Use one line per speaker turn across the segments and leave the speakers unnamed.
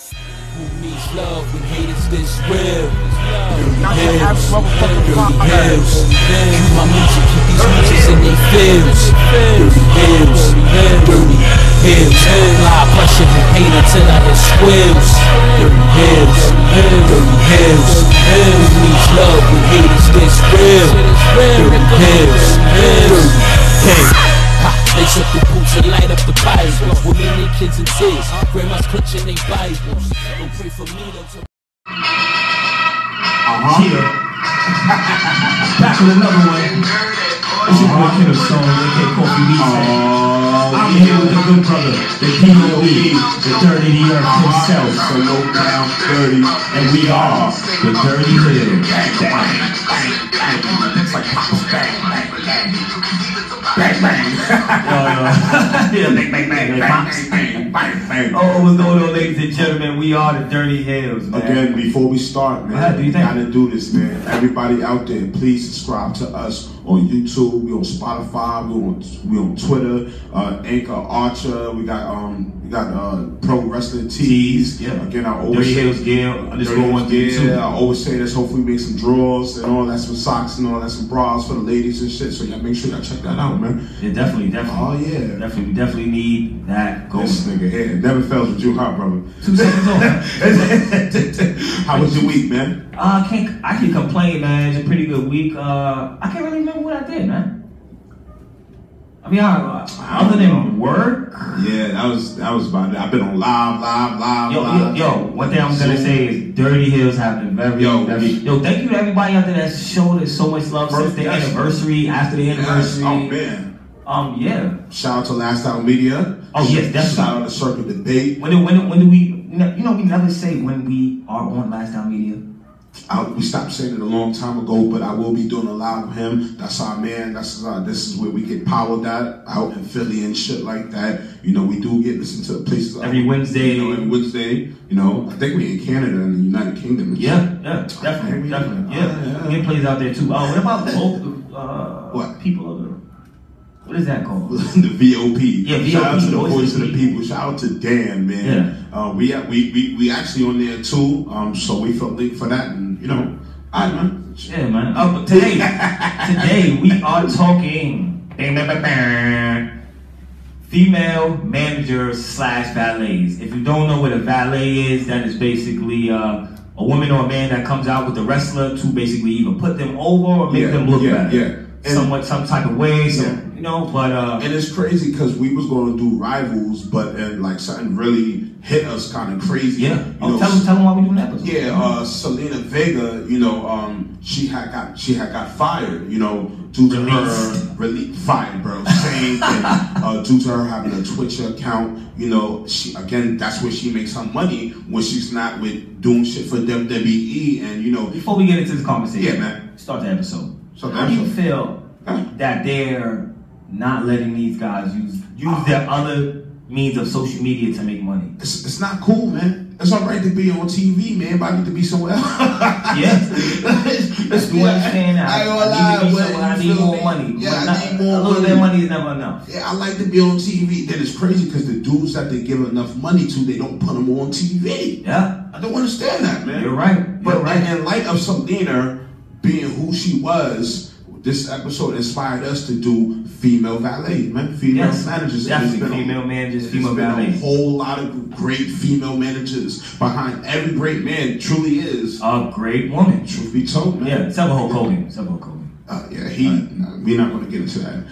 Who needs love when hate is this real? Dirty
Not that ass
hills,
motherfucker
dirty
pop my
hills. Cue my music, keep these bitches in they feels. Dirty hills, dirty hills. Apply pressure and pain until I hit squills. Dirty hills, dirty hills. Who needs love when hate is this real? Dirty hills, dirty hills. Ha, They took the boots and light up the fires. Women and kids and tears. Grandma's clutching their Bibles. Don't pray for me, don't tell
Yeah. Back with another one. It's your boy Kid of Stone, aka Coffee Lee. I'm here with the good brother, the D.O.E., the Dirty the Earth himself. So no down dirty. And we are the Dirty Hills. Bang, bang. Yo, yo. Yeah, bang, bang, bang, bang, bang. Oh, what's going on, ladies and gentlemen? We are the Dirty Hills, man.
Again, before we start, man,
ahead, Uh, do you
we
think?
gotta do this, man. Everybody out there, please subscribe to us on YouTube. We on Spotify. We on we on Twitter. Uh, Anchor Archer. We got um we got uh Pro Wrestling Tees.
Yeah.
Again, I always
Dirty
say-
Hills Gale underscore one three two.
yeah, I always say this. Hopefully, we make some draws and all that, some socks and all that, some bras for the ladies and shit. So y'all make sure y'all check that out, man.
Yeah, definitely, definitely.
Oh, yeah.
Definitely, we definitely need that going.
This nigga here it never fails with you, hot brother.
Two seconds on.
How was your week, man?
Uh, I can't, I can complain, man. It's a pretty good week. Uh, I can't really remember what I did, man. I mean, I, uh, other than work,
Yeah, that was that was about it. I've been on live, live, live,
yo, yo,
live.
yo, one thing I'm gonna
So-
say is Dirty Hills happened very,
Yo.
very. Yo, thank you to everybody out there that showed us so much love since
First-
the
yes.
anniversary, after the
Yes,
anniversary.
oh man.
Um, yeah.
Shout out to Last Out Media.
Oh, yes, definitely.
Shout out to Circuit Debate.
When do, when do, when do we? You know, you know, we never say when we are on Last Down Media.
I, we stopped saying it a long time ago, but I will be doing a live with him. That's our man. That's our, this is where we get powered at out in Philly and shit like that. You know, we do get listened to places out-
Every Wednesday.
You know, every Wednesday. You know, I think we in Canada and the United Kingdom. And
Yeah,
shit.
yeah, definitely,
Okay,
definitely.
yeah.
Yeah,
uh, Yeah.
we get plays out there too. Uh, what about both uh,
What?
people of the? What is that called?
the VOP.
Yeah,
Shout out
VOP,
to the
Voice
voice
of
of
the
the people. Shout out to Dan, man. Uh, we, we we we actually on there too. Um, so we felt linked for that, and you know, I man.
Yeah, man. Oh, but today, today we are talking. Bang, bang, bang, bang. Female managers slash valets. If you don't know what a valet is, that is basically uh, a woman or a man that comes out with a wrestler to basically either put them over or make
Yeah,
them look
yeah,
better,
yeah. And-
somewhat, some type of way, some,
Yeah.
you know. But uh,
And it's crazy because we was going to do rivals, but and like something really hit us kind of crazy.
yeah,
You
oh,
know,
tell them, tell them why we doing that episode.
Yeah, uh, Selena Vega, you know, um, she had got she had got fired, you know, due to
Released.
her release fired, bro. Same thing. Uh, due to her having a Twitch account, you know, she again that's where she makes her money when she's not with doing shit for WWE, and you know,
Before we get into this conversation,
Yeah, man.
start the episode.
Start the
How do you
episode.
feel that they're not letting these guys use use their other means of social media to make money?
it's, it's not cool, man. It's all right to be on TV, man, but I need to be somewhere else.
Yes.
Let's
Do you understand that?
I, ain't
I
gonna
need to
lie,
be
but
somewhere, I
you
need
feel
more
me?
money.
Yeah,
But
I
not-
need more
a little
money.
bit of money is never enough.
Yeah, I like to be on TV. Then it's crazy because the dudes that they give enough money to, they don't put them on TV.
Yeah,
I don't understand that, man.
you're right.
But
You're right.
in light of Selena being who she was, this episode inspired us to do female valet, man. Female
Yes,
managers.
definitely
There's been a-
female managers,
there's
female
been
valets.
A whole lot of great female managers behind every great man. Truly is.
A great woman.
Truth be told, man.
Uh, Yeah, except for Hulk Hogan. Except for Hulk Hogan.
Uh, yeah, he. nah, we're not going to get into that.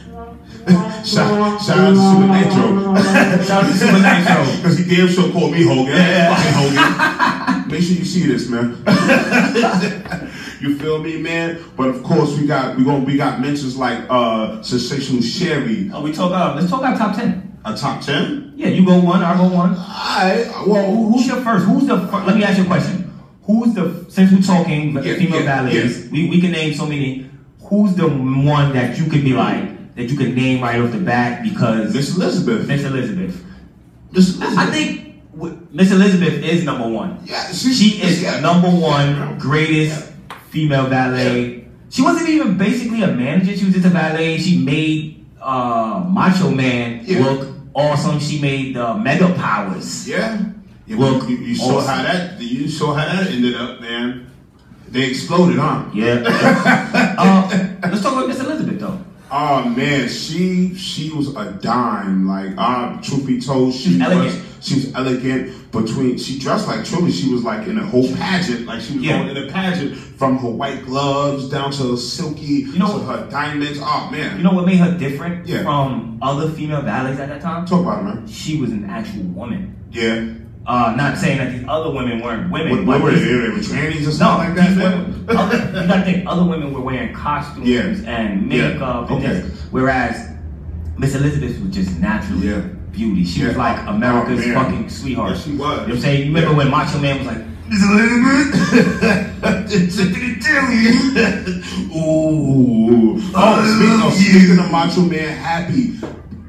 shout, shout out to Super Nitro.
Shout out to Super Nitro.
Because he damn sure called me Hogan.
Yeah.
Fucking Hogan. Make sure you see this, man. you feel me, man? But of course, we got we going we got mentions like uh sensational Sherry,
Oh, we talk. Uh, let's talk our top ten.
a top ten.
Yeah, you go one. I go one.
I well,
Who- Who's your first? Who's the? Fir- let me ask you a question. Who's the? Since we're talking
Yeah,
female
yeah,
valets,
yeah.
we, we can name so many. Who's the one that you could be like that you could name right off the bat because
Miss Elizabeth.
Miss Elizabeth.
Miss Elizabeth.
I think w- Miss Elizabeth is number one.
yeah, she,
She is
yeah.
number one greatest female valet. She wasn't even basically a manager. She was just a valet. She made uh, Macho Man
Yeah.
look awesome. She made the Mega Powers.
Yeah. Yeah,
Well,
you, you saw
awesome.
how that you saw how that ended up, man. They exploded, huh?
Yeah. uh, let's talk about Miss Elizabeth though.
Oh man, she she was a dime. Like, uh, truth be told, she
She's
was
elegant.
she was elegant. Between she dressed like truly, she was like in a whole pageant. Like she was
Yeah.
going in a pageant from her white gloves down to her silky, you
know-
to her diamonds. Oh man,
You know what made her different
Yeah.
from other female valets at that time?
talk about it, man.
She was an actual woman.
Yeah,
Uh, not saying that these other women weren't women.
what,
but
what were
these-
they? They were trannies or
No,
something like that.
these
man?
women. Other, you gotta think, other women were wearing costumes
Yeah.
and makeup and
okay.
this. Whereas Miss Elizabeth was just naturally
Yeah.
beauty. She was
Yeah.
like America's
Oh, man.
fucking sweetheart.
Yeah, she was.
You know what I'm saying? You remember when Macho Man was like,
Miss Elizabeth, something to tell you. Ooh.
I
Oh, speaking
love
of, speaking of Macho Man, happy,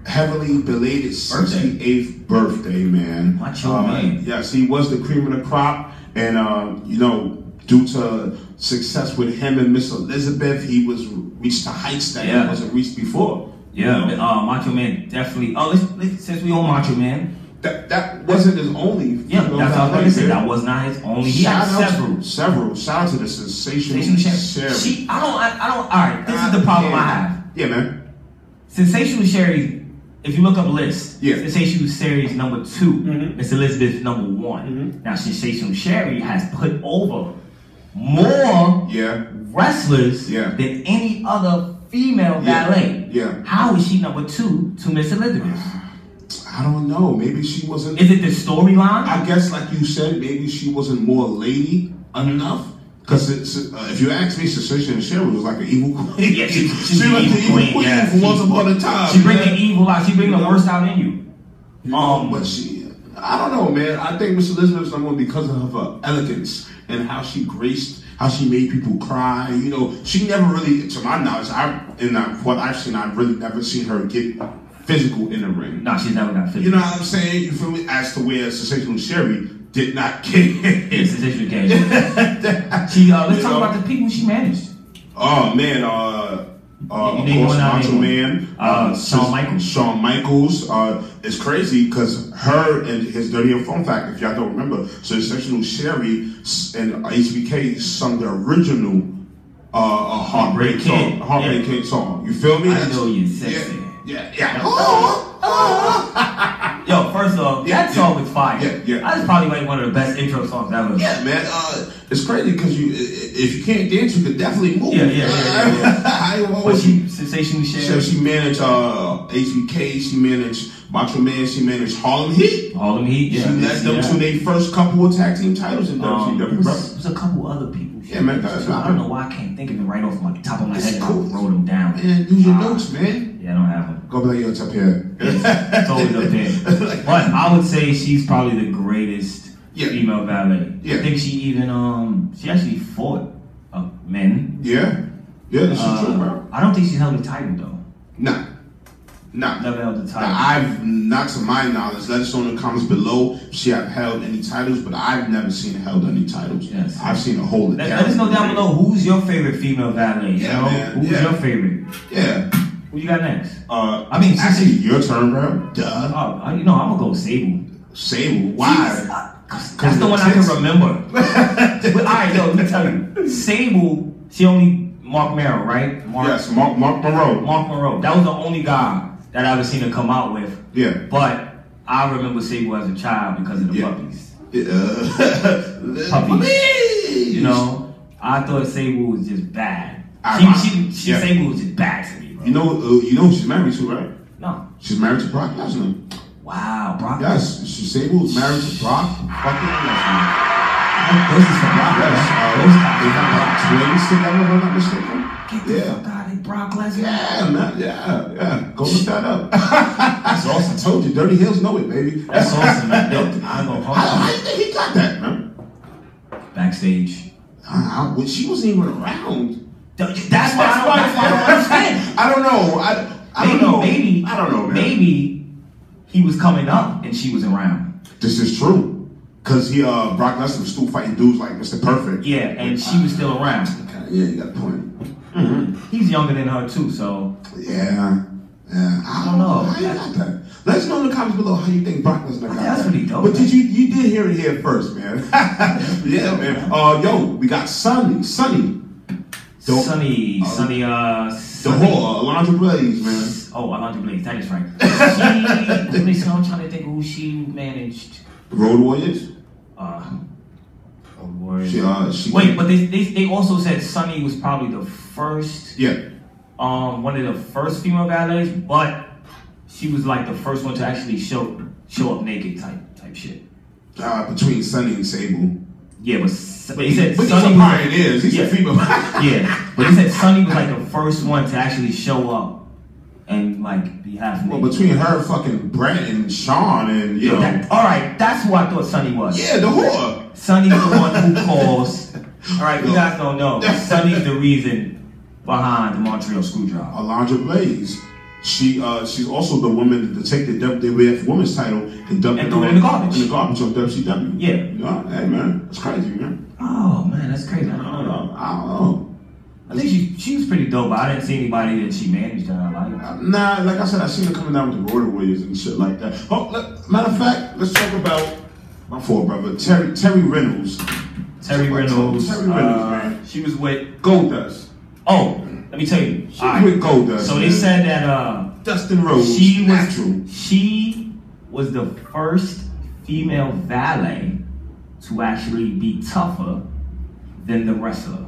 heavily belated 68th birthday, man.
Macho
Uh,
Man.
Yes, he was the cream of the crop. And, uh, you know, due to success with him and Miss Elizabeth, he was reached the heights that
Yeah.
he wasn't reached before.
yeah,
You know?
uh, Macho Man definitely. Oh, let's, let's, since we on Macho Man,
That, that wasn't his only.
yeah,
you know,
that's what I was gonna say.
man.
That was not his only. He had
Shout out-
several.
Several. Shout out to the sensational
Sensational Sherry.
Sherry.
She, I don't, I, I don't. All right, this is the problem I have.
Yeah, man.
Sensational Sherry, if you look up lists,
Yeah. Mm-hmm.
Sensational Sherry is number 2 Miss Elizabeth number one. Now Sensational Sherry has put over more
Yeah.
wrestlers
Yeah.
than any other female
Yeah.
ballet.
Yeah.
How is she number two to Miss Elizabeth?
I don't know. Maybe she wasn't.
Is it the storyline?
I guess, like you said, maybe she wasn't more lady enough. Because uh, if you ask me, Sensational Sherry was like an evil queen.
Yeah, she- she's an
was
evil
the evil
queen,
queen,
yeah.
for once upon a time.
She bring
man.
the evil out. She bring the
You know?
worst out in you.
You know,
Um,
but she, I don't know, man. I think Miss Elizabeth's number one because of her elegance and how she graced, how she made people cry. You know, she never really, to my knowledge, I and I, what I've seen, I've really never seen her get physical in the ring.
No, she's never got physical.
You know what I'm saying? You feel me? As to where Sensational Sherry did not get
Yeah,
it.
Sensational Sherry. she. Uh, let's
You
talk
know?
about the people she managed.
Oh man, uh, uh,
You
of
name
course,
one, I
Macho
name
Man,
one. Uh, Shawn
Sis-
Michaels.
Shawn Michaels. Uh, it's crazy because her and his Dirty and Fun Fact, if y'all don't remember, so Sexual Sherry s- and HBK sung the original uh, uh,
Heartbreak
Heartbreak
Kid.
song, Heartbreak
Yeah.
Kid song. You feel me?
I know you
yeah,
sexy.
yeah, yeah. Oh, oh.
Yo, first off,
Yeah,
that
yeah.
song was fire.
Yeah, yeah.
That's probably like one of the best intro songs ever.
Yeah, man. Uh, it's crazy because you, i- i- if you can't dance, you could definitely move.
Yeah, yeah, yeah, yeah, yeah.
I
But
always-
she sensationally
So
shared
she managed uh, HBK, she managed Macho Man, she managed Harlem Heat.
all them heat. Yeah,
she led them
yeah.
to their first couple of tag team titles in E.
Um,
WCW.
it was,
bro.
it was a couple other people. she
Yeah, man,
managed
that's
too. I
fine.
don't know why I can't think of it right off my top of my
It's
head. and
cool.
I wrote them down.
Man, use your
Ah,
notes, man.
Yeah, I don't have them.
Go play your top here.
It's always up there. But I would say she's probably the greatest
Yeah.
female ballet.
Yeah.
I think she even um she actually fought uh, men.
Yeah, yeah, this is true,
Uh,
bro.
I don't think she held the title though.
Nah, nah.
Never held the title.
Now, I've not to my knowledge. Let us know in the comments below if she have held any titles, but I've never seen her held any titles.
Yes.
I've seen a whole.
let, let us know down below who's your favorite female valet. You
Yeah,
know,
man,
who's
yeah.
your favorite?
Yeah.
Who you got next?
Uh,
I mean,
actually, your turn, bro. Duh.
Oh, I- you know, I'm gonna go Sable.
Sable. Why?
Jeez, uh, That's
Cause
the
the
one I can
tits.
remember. but all right, yo, let me tell you, Sable. She only Mark Merrill, right? Mark,
Yes, Mark, Mark Monroe.
Mark Monroe. That was the only guy that I ever seen her come out with.
Yeah.
But I remember Sable as a child because of the
Yeah.
puppies.
Uh, Puppies.
You know, I thought Sable was just bad.
I-
she, she, she
yeah.
Sable was just bad to me, bro.
You know. Uh, you know who she's married to, right?
no.
She's married to Brock Lesnar.
Wow, Brock.
Yes, she's Sable is married to Brock fucking Lesnar.
Those is from Brock.
Yes.
Lesnar.
Uh,
Those
they
guys.
have like twins together, if I'm not mistaken.
Get the fuck
Yeah.
out of Brock Lesnar.
Yeah, man. Yeah, yeah. Go look that up.
That's awesome.
I told you, Dirty Hills know it, baby.
That's awesome, man. Yo, I'm gonna
How, how
call
you think he got that, man?
you. Backstage.
I, I, she wasn't even around.
That's why I
I don't know.
don't, that's why
I, I
I don't understand. Maybe,
don't know.
maybe,
I don't know, man.
Maybe he was coming up and she was around.
This is true. Cause he uh Brock Lesnar was still fighting dudes like Mr. Perfect.
Yeah, and she was still around.
Okay, yeah, you got a point.
He's younger than her too, so
Yeah. Yeah. I
don't know.
How you got that? Let us know in the comments below how you think Brock Lesnar got
That's
that.
pretty dope,
But
man.
did you you did hear it here first, man? yeah, man. Uh, yo, we got Sunny, Sunny, Don't-
Sunny,
uh,
Sunny, uh,
the
Sunny.
whore, Alondra Blaze, man.
Oh, Alondra Blaze, that is right. She, let me see, I'm trying to think who she managed.
Road Warriors.
Uh, oh, Lord.
She, uh, she
Wait, but they, they they also said Sunny was probably the first,
yeah,
um, one of the first female valets, but she was like the first one to actually show show up naked type type shit.
uh, between Sunny and Sable.
Yeah, but S- but he said
But these
Sunny was-
are pioneers. These
Yeah.
are female.
yeah, but he said Sunny was like the first one to actually show up and like be half
well,
naked.
between her, fucking Brett and Sean, and you
Yo,
know,
that- all right, that's who I thought Sunny was.
yeah, the whore.
Sonny's the one who calls. All right, you
Yo.
guys don't know. Sonny's the reason behind the Montreal Screwdriver.
Alondra Blaze. She uh she's also the woman to take the WWF Women's title and dump
And
it
threw
on,
it in the garbage.
In the garbage on WCW.
Yeah.
Yeah, Hey man, that's crazy, man.
Oh man, that's crazy. I don't
I don't
know. though.
know. I don't know.
I think she she was pretty dope, but I didn't see anybody that she managed that I liked.
Nah, like I said, I seen her coming down with the Royal Warriors and shit like that. Oh, let, matter of fact, let's talk about my four brother Terry Terry Reynolds,
Terry Reynolds.
Terry Reynolds,
uh,
man.
She was with.
Goldust.
Oh, let me tell you.
She
All right.
with Goldust.
So they
man.
said that uh,
Dustin Rhodes.
she was
natural.
she was the first female valet to actually be tougher than the wrestler.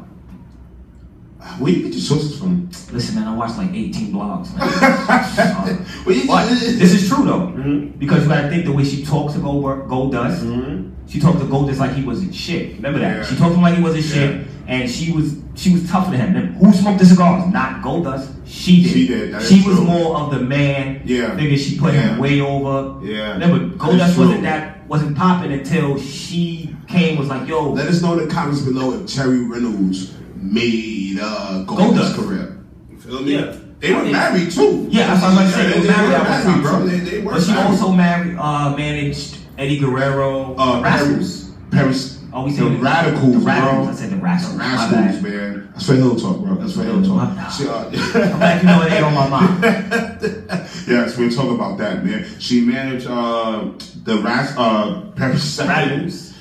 Ah, Where you get your sources from?
Listen, man, I watched like 18 blogs. Man.
Well, you-
but this is true though,
Mhm.
because you gotta think the way she talked to Gold Goldust, she talked to Goldust like he wasn't shit. Remember that?
Mm-hmm. Yeah.
She talked to him like he wasn't
Yeah.
shit, and she was she was tougher than him. Remember, who smoked the cigars? Not Goldust. She did.
She did, that is
She was
true.
more of the man.
Yeah.
Nigga, she put
Yeah.
him way over.
Yeah.
Remember,
That is
Goldust
true.
wasn't that wasn't popping until she came was like, yo,
Let us know in the comments below if Terry Reynolds made uh, Goldust
Goldust.
career. You feel me?
Yeah.
They were
I mean-
married too.
Yeah, that's what I was about to say. They were married
were
at one time.
married, bro. They, they were
But she
married.
also married, uh, managed Eddie Guerrero.
uh,
Rascals.
Paris, Paris,
Oh, we
the
said the-
radicals,
the radicals.
bro.
I said the rascals.
The
My bad.
rascals, man. That's for Hill Talk, bro. That's for Hill
My
Talk.
bad.
She, uh,
I'm glad you know it ain't on my mind.
yes, we'll talk about that, man. She managed uh, the Ras, uh, Paris
Radicals.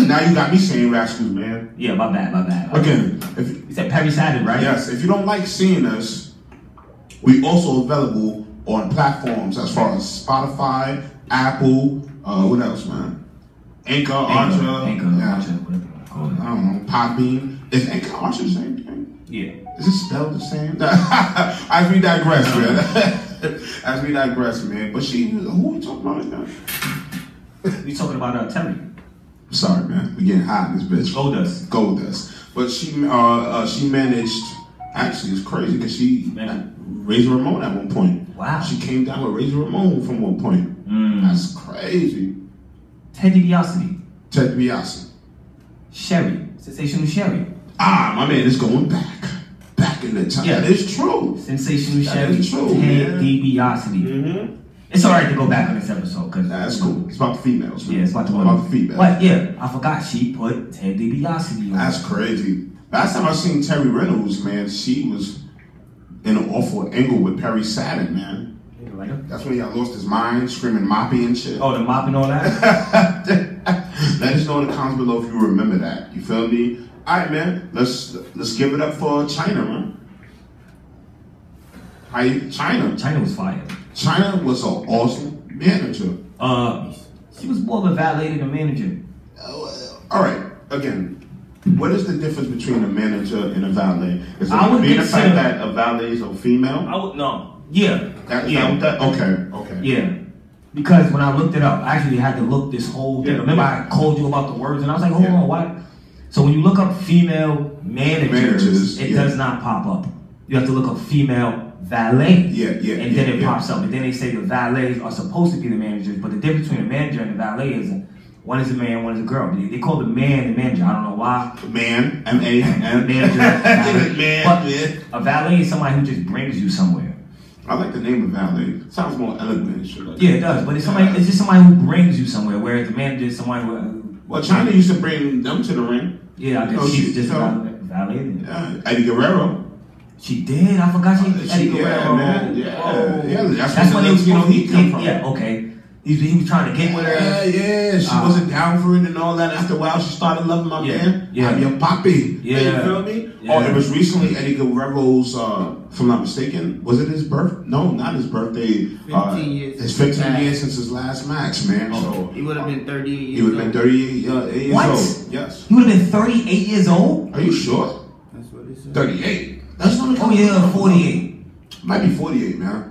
now you got me saying rascals, man.
Yeah, my bad, my bad.
Again, if
You said Perry Saturn, right?
Yes, if you don't like seeing us, we also available on platforms as far as Spotify, Apple, uh, what else, man? Anchor,
Anchor,
Archer,
Anchor,
yeah, Uh-huh.
Archer, whatever you want to call
I
it.
don't know, Podbean. Is Anchor Archer the same thing?
Yeah.
Is it spelled the same? as we digress, man. as we digress, man. But she, who we talking about right now?
We talking about uh, Terry.
I'm sorry, man. We getting hot in this bitch.
Goldust.
Goldust. But she uh, uh, she managed. Actually, it's crazy because she
Man.
Razor Ramon at one point.
Wow.
She came down with Razor Ramon from one point.
Mm.
That's crazy.
Teddy DiBiase.
Ted DiBiase.
Sherry. Sensational Sherry.
Ah, my man is going back, back in the time.
Yeah.
That is true.
Sensational
That
Sherry.
is true, man.
Ted DiBiase.
Mm-hmm.
It's alright to go back on this episode because
That's cool. It's about the females. man.
Yeah, it's about the
about the females.
But yeah, I forgot she put Ted DiBiase on.
That's crazy. Last time I seen Terry Reynolds, man, she was in an awful angle with Perry Saturn, man. That's when he got lost his mind, screaming moppy and shit.
Oh, the mop and all that.
Let us know in the comments below if you remember that. You feel me? All right, man. Let's let's give it up for China, man. How you- China?
China was fired.
China was an awesome manager.
Uh, she was more of a valet than a manager.
Oh, All right, again. What is the difference between a manager and a valet? Is
I
it
would
being the fact
consider-
that a valet is a female?
I would no. Yeah.
That,
yeah.
yeah. That, okay. Okay.
Yeah. Because when I looked it up, I actually had to look this whole thing.
Yeah,
Remember,
yeah.
I called you about the words, and I was like, hold
Yeah.
on, why? So when you look up female managers,
Managers,
it
yeah.
does not pop up. You have to look up female valet.
Yeah, yeah,
And
yeah,
then it
yeah.
pops up. And then they say the valets are supposed to be the managers, but the difference between a manager and a valet is one is a man, one is a girl. They, they call the man the manager. I don't know why.
Man, M A N.
Manager,
Man,
valet. But
man.
A valet is somebody who just brings you somewhere.
I like the name of valet. Sounds more eloquent. and shit like that.
Yeah, it does. But it's somebody. It's just somebody who brings you somewhere. Whereas the manager is somebody who.
Well, China used to bring them to the ring.
Yeah, I guess
Oh,
she's
she-
just
so-
about valet.
Yeah, Eddie Guerrero.
She did. I forgot she.
She-
Eddie
yeah,
Guerrero.
man. Yeah,
Oh.
yeah, that's
That's
where
when
the
he was.
Latino
supposed to
heat come
get-
from.
Yeah. Okay. He, he was trying to get with her.
Yeah, yeah. She
Uh,
wasn't down for it and all that. After a while, she started loving my
Yeah,
man.
yeah.
I'm your poppy.
Yeah.
You feel me?
Yeah.
Oh, it was recently Eddie Guerrero's, uh, if I'm not mistaken, was it his birth? No, not his birthday. uh,
15 years
It's
since
15
his
years since his last match, man. So
He would have been 38 years
He would have been
old.
38 uh, eight years
Oh. What?
old. Yes.
You would have been 38 years old?
Are you sure?
That's what it said.
38. That's not.
Oh, yeah, 48.
Might be 48, man.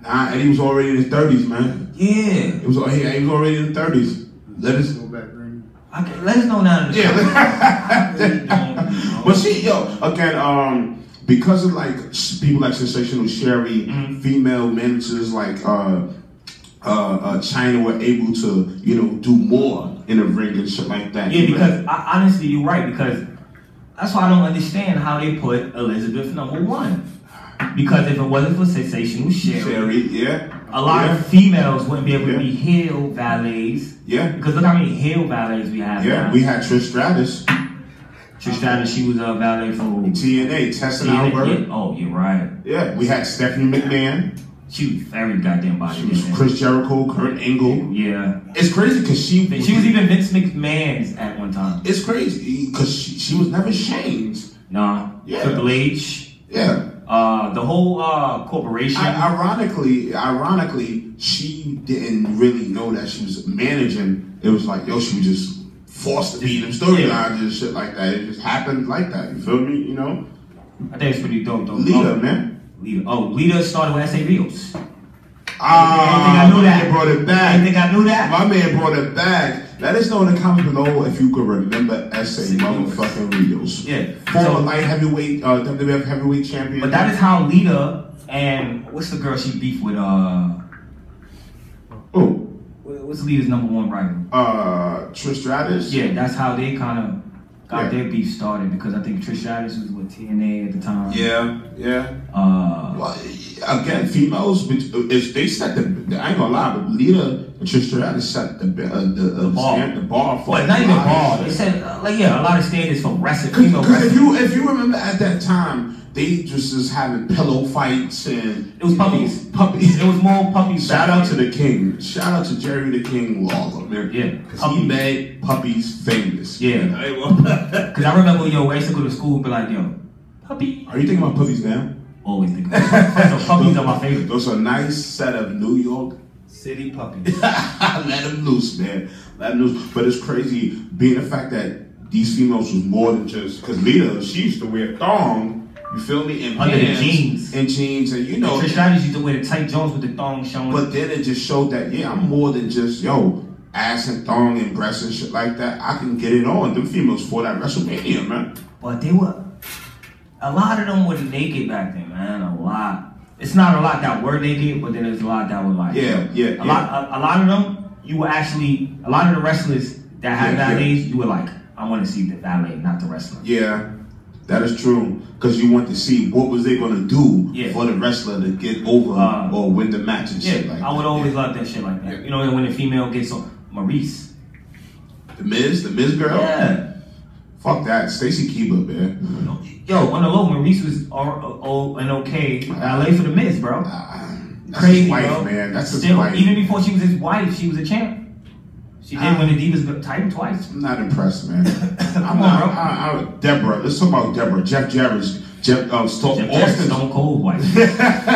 Nah, Eddie was already in his 30s, man.
Yeah.
It was. He, he was already in the 30s. Let us.
Go back, Brandon.
I can, let us know now. in the
Yeah.
comments.
But she, yo, again, um, because of like s- people like Sensational Sherry,
Mhm.
female managers like uh, uh, uh, China were able to, you know, do more in the ring and shit like that.
Yeah, because I, honestly, you're right. Because that's why I don't understand how they put Elizabeth number one. Because if it wasn't for sensational sharing,
Sherry, yeah,
a lot
yeah,
of females wouldn't be able
Yeah.
to be heel valets.
yeah,
Because look how many heel valets we have.
yeah.
now.
We had Trish Stratus,
Tristana, she was a valet for
TNA, Tessa Albert.
Yeah, Oh, you're right.
Yeah, we had Stephanie McMahon.
She was very goddamn body.
She was
different.
Chris Jericho, Kurt Angle.
Yeah,
It's crazy because she
And she was even Vince McMahon's at one time.
It's crazy because she, she was never changed.
Nah,
Yeah.
Triple H,
Yeah.
uh, the whole uh corporation.
I, ironically, ironically, she didn't really know that she was managing. It was like, yo, she was just forced to be in them storylines
Yeah.
and shit like that. It just happened like that. You feel me? You know,
I think it's pretty dope though.
Lita,
oh,
man.
Lita. Oh, Lita started with SA Rios.
Ah,
I knew
my
that.
man brought it
I
back.
think I knew that.
My man brought it back. Let us know in the comments below if you could remember SA motherfucking Rios.
Yeah.
Former
So-
light heavyweight, uh, WWF heavyweight champion.
But that is how Lita and what's the girl she beef with? Uh,
oh,
what- what's Lita's number one rival?
uh, Trish Stratus.
Yeah, that's how they kind of got
Yeah.
their beef started because I think Trish Stratus was with TNA at the time.
Yeah. Yeah.
Uh,
Well, again, females, which is they set the. I ain't gonna lie, but Lita and Trish Stratus set the ba- uh, the, uh, the
bar.
stand- the bar for
but
a
not even
lot of
ball.
shit.
They said uh, like yeah, a lot of standards for wrestling. female
Because if
wrestling.
you if you remember at that time, they just was having pillow fights and
It was puppies.
puppies.
It was more puppies.
Shout
back
out to
then.
the king. Shout out to Jerry the King Lawler, man.
Yeah,
because he
puppies.
made puppies famous.
Yeah.
Hey, well,
Cause I remember yo, I used to go to school and be like yo, puppy.
Are you thinking about puppies now?
Always think about it. so puppies are my favorite.
Those are a nice set of New York
City Puppy.
Let them loose, man. Let them loose. But it's crazy being the fact that these females was more than just because Lita, she used to wear thong. You feel me? And
Under the
pants
jeans.
and jeans, and you know.
Trish Stratus used to wear the tight Jones with the thong showing.
But then it just showed that yeah, I'm more than just yo ass and thong and breasts and shit like that. I can get it on them females for that WrestleMania, man.
But they were a lot of them were naked back then, man. A lot. It's not a lot that were naked, but then there's a lot that were like
Yeah, yeah,
A
yeah.
lot, a, a lot of them. You were actually a lot of the wrestlers that had
Yeah, yeah.
valets. You were like, I want to see the valet, not the wrestler.
Yeah, that is true. Cause you want to see what was they gonna do
Yeah.
for the wrestler to get over
Uh,
or win the match and shit
Yeah,
like that.
I would always love that shit like that.
Yeah.
You know, when the female gets on Maurice.
The Miz, the Miz girl.
Yeah.
Fuck that, Stacy Kiba, man.
Yo, on the low, Maurice was all, all, an okay valet for the Miz, bro.
Ah, That's
Crazy,
his wife,
bro.
man. That's his
Still,
wife.
Even before she was his wife, she was a champ. She did
Ah.
win the Divas title twice.
I'm not impressed, man. I'm
on,
not.
bro.
I, I, Deborah, let's talk about Deborah. Jeff Jarrett's Jeff um, Sto-
Jeff Jarrett's
Austin.
Stone Cold wife.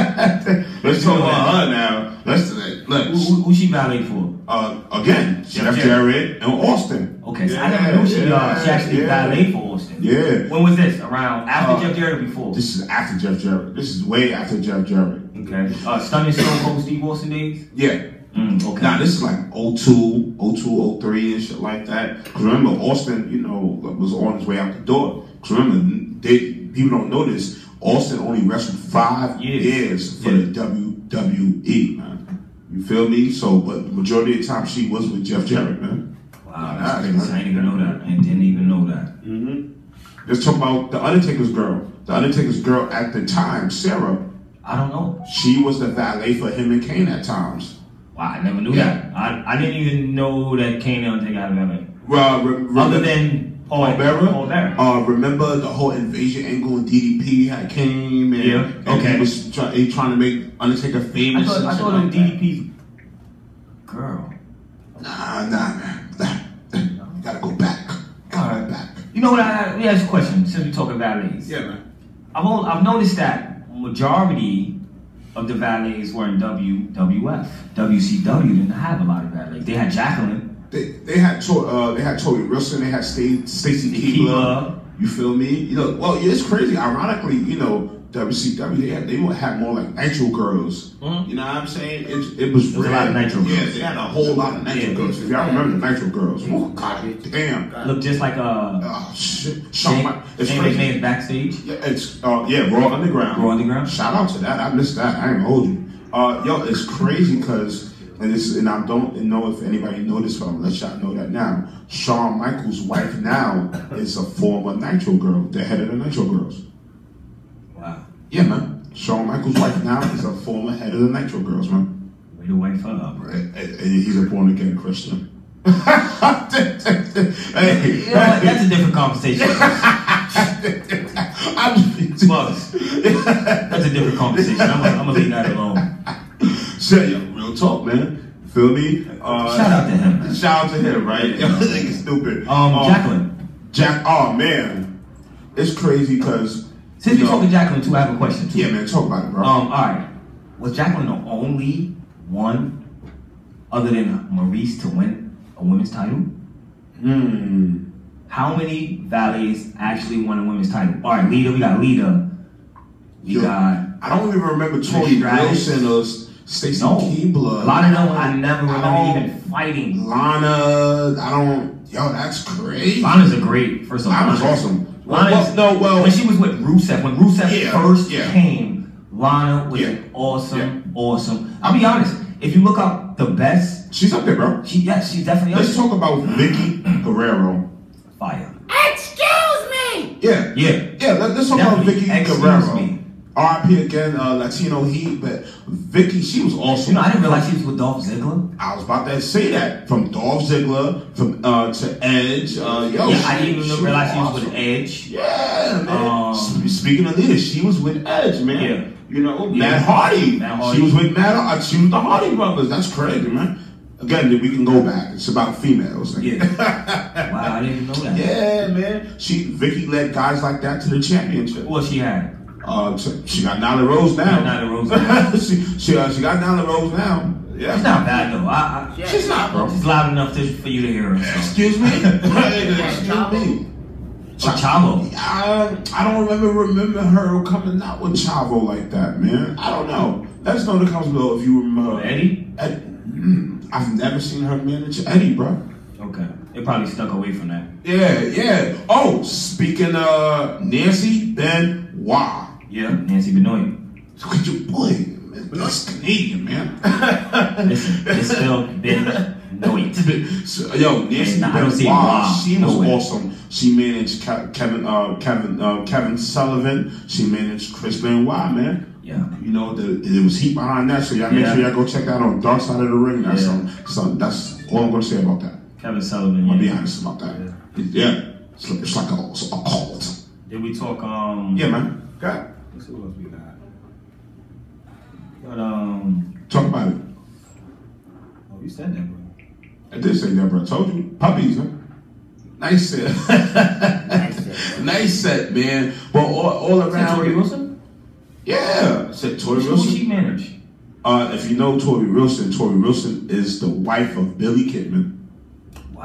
let's talk about her now. Let's
who,
look
who, who she valet for?
uh, again.
Jeff
Jeff,
Oh.
Jarrett and Austin.
Okay, so I never knew she uh, she actually valet for Austin.
Yeah.
When was this? Around after
Uh,
Jeff Jarrett or before?
This is after Jeff Jarrett. This is way after Jeff Jarrett.
okay. Uh, Stunning Stone Cold Steve Austin days.
Yeah.
Mm, okay.
Now this is like 02, 02, 03 and shit like that. Cause remember Austin, you know, was on his way out the door. Cause remember, they people don't know this. Austin only wrestled five
Years.
years for
Yeah.
the WWE, man. You feel me? So, but the majority of the time she was with Jeff Jarrett, man.
wow, that's crazy. I didn't even know that. I didn't even know that.
Let's talk about the Undertaker's girl. The Undertaker's girl at the time, Sarah,
I don't know.
she was the valet for him and Kane at times.
Wow, I never knew
Yeah.
that. I, I didn't even know that Kane and Undertaker had a valet.
Well, re-
Other
re-
than Paul
Bearer.
Paul Bearer.
Uh, remember the whole invasion angle and DDP had came and,
Yeah,
and
okay.
he was try, he trying to make Undertaker
I
famous.
thought
and
I
shit
thought it
like
was DDP's girl.
that. Nah, nah, man. Nah. You gotta go back. Gotta go back.
You know what? I, let me ask you a question. Since we're talking valets,
Yeah, man.
I've only, I've noticed that majority of the valets were in WWF, WCW didn't have a lot of valets. They had Jacqueline.
They, they had to, uh, they had Tori Wilson, they had Sta- Stacy Keebler.
Keebler.
You feel me? You know, well, yeah, it's crazy. Ironically, you know, WCW they had, they would have more like nitro girls. You know what I'm saying? It, it was,
There was Hmm? a
rare.
lot of Nitro
Yeah,
girls.
they had a whole lot of nitro
Yeah.
girls. If y'all remember the nitro girls, oh god damn.
Looked just like uh,
Oh shit! Shawn
Shane
Mi- it's
Shane
crazy.
McMahon's backstage.
Yeah, it's uh, yeah, Raw Underground.
Raw Underground?
Shout out to that. I missed that. I ain't gonna hold you. Uh, yo, it's crazy because and it's and I don't know if anybody noticed, but I'm gonna let y'all know that now. Shawn Michaels' wife now is a former Nitro girl, the head of the Nitro girls.
Wow,
Yeah, man. Shawn Michaels' wife now is a former head of the Nitro girls, man.
way to wake her up.
Uh, uh, He's a born again Christian. hey,
You know what? That's a different conversation.
I'm-
Bugs. That's a different conversation. I'm gonna, I'm gonna leave that alone. Um,
Shit, yo, real talk, man. Feel me? Uh,
Shout out to him.
Shout out to him, right? Yo, this nigga stupid.
Um, Jacqueline.
Jack. Oh man, it's crazy because
Since we're talking Jacqueline too, I have a question too.
Yeah, man, talk about it, bro.
Um, all right. Was Jacqueline the only one, other than Maurice, to win a women's title?
Hmm.
How many valets actually won a women's title? All right, Lita. We got Lita. We
Yo,
got
I don't even remember Tony
Stratus.
Wilson or Stacy
no.
Keebler.
A lot of them I never
I
remember
don't-
even fighting.
Lana. I don't. Yo, that's crazy.
Lana's a great first of all.
Lana's
Lana's-
awesome.
Lana's-
Well, no, well-
when she was with Rusev, when Rusev
Yeah,
first
yeah.
came, Lana was
Yeah.
an awesome, awesome. I'll be honest. If you look up the best,
She's up there, bro.
she yes, she's definitely
Let's
awesome.
talk about Vicky Guerrero.
fire.
Yeah,
Yeah.
Yeah, let, us talk about
Definitely.
Vicky
Excuse
Guerrero.
me.
RIP again, uh, Latino Heat, but Vicky, she was
You
awesome.
know, I didn't realize she was with Dolph Ziggler.
I was about to say that from Dolph Ziggler from uh, to Edge. Uh, yo,
yeah,
she,
I didn't
she
even realize she was with
awesome.
Edge.
Yeah, man.
Um,
Sp- Speaking of leaders, she was with Edge, man.
Yeah.
You know,
Yeah.
Matt Hardy.
Matt Hardy.
She was with Matt. Uh, she was the Hardy brothers. That's crazy, man. Again, we can go back. It's about females.
Yeah. wow, I didn't even know that.
Yeah, man. She Vicky led guys like that to the championship.
What she had?
Uh, t- she got Nyla Rose now.
Got Nyla Rose now.
she she, uh, she got Nyla Rose now. Yeah,
She's not bad though. I, I,
She's not, bro.
She's loud enough to, for you to hear her. So.
Excuse me. Excuse me.
Oh, Chavo.
I, I don't remember remember her coming out with Chavo like that, man. I don't know. Let us know in the comments below if you remember. her.
Eddie?
Ed- mm, I've never seen her manage Eddie, bro.
Okay. They probably stuck away from that.
Yeah, yeah. Oh, speaking of Nancy, then why?
Yeah. Nancy Benoit.
Look at your boy, man. That's Canadian, man.
Listen, it's still Benoit.
So, yo, Nancy
And I don't see
Benoit,
why.
she was
No way.
awesome. She managed Ke- Kevin, uh, Kevin, uh, Kevin Sullivan. She managed Chris Benoit, man.
Yeah.
You know, the, it was heat behind that. So y'all make
Yeah.
sure y'all go check that on Dark Side of the Ring. That's
Yeah.
something. some, That's all I'm gonna say about that.
Kevin Sullivan.
I'm
Yeah.
gonna be honest about that. Yeah, It's, like- it's like a, it's a cult.
Did we talk? Um.
Yeah, man. Go ahead.
Let's see what else we got.
But um.
Talk about it.
Oh, you said that, bro.
I did say that, bro. I told you. Puppies, man. Nice set. nice set, man. But all, all around.
Tori Wilson.
Yeah. I said Tori
Who she
Wilson.
managed?
Uh, if you know Tori Wilson, Tori Wilson is the wife of Billy Kidman.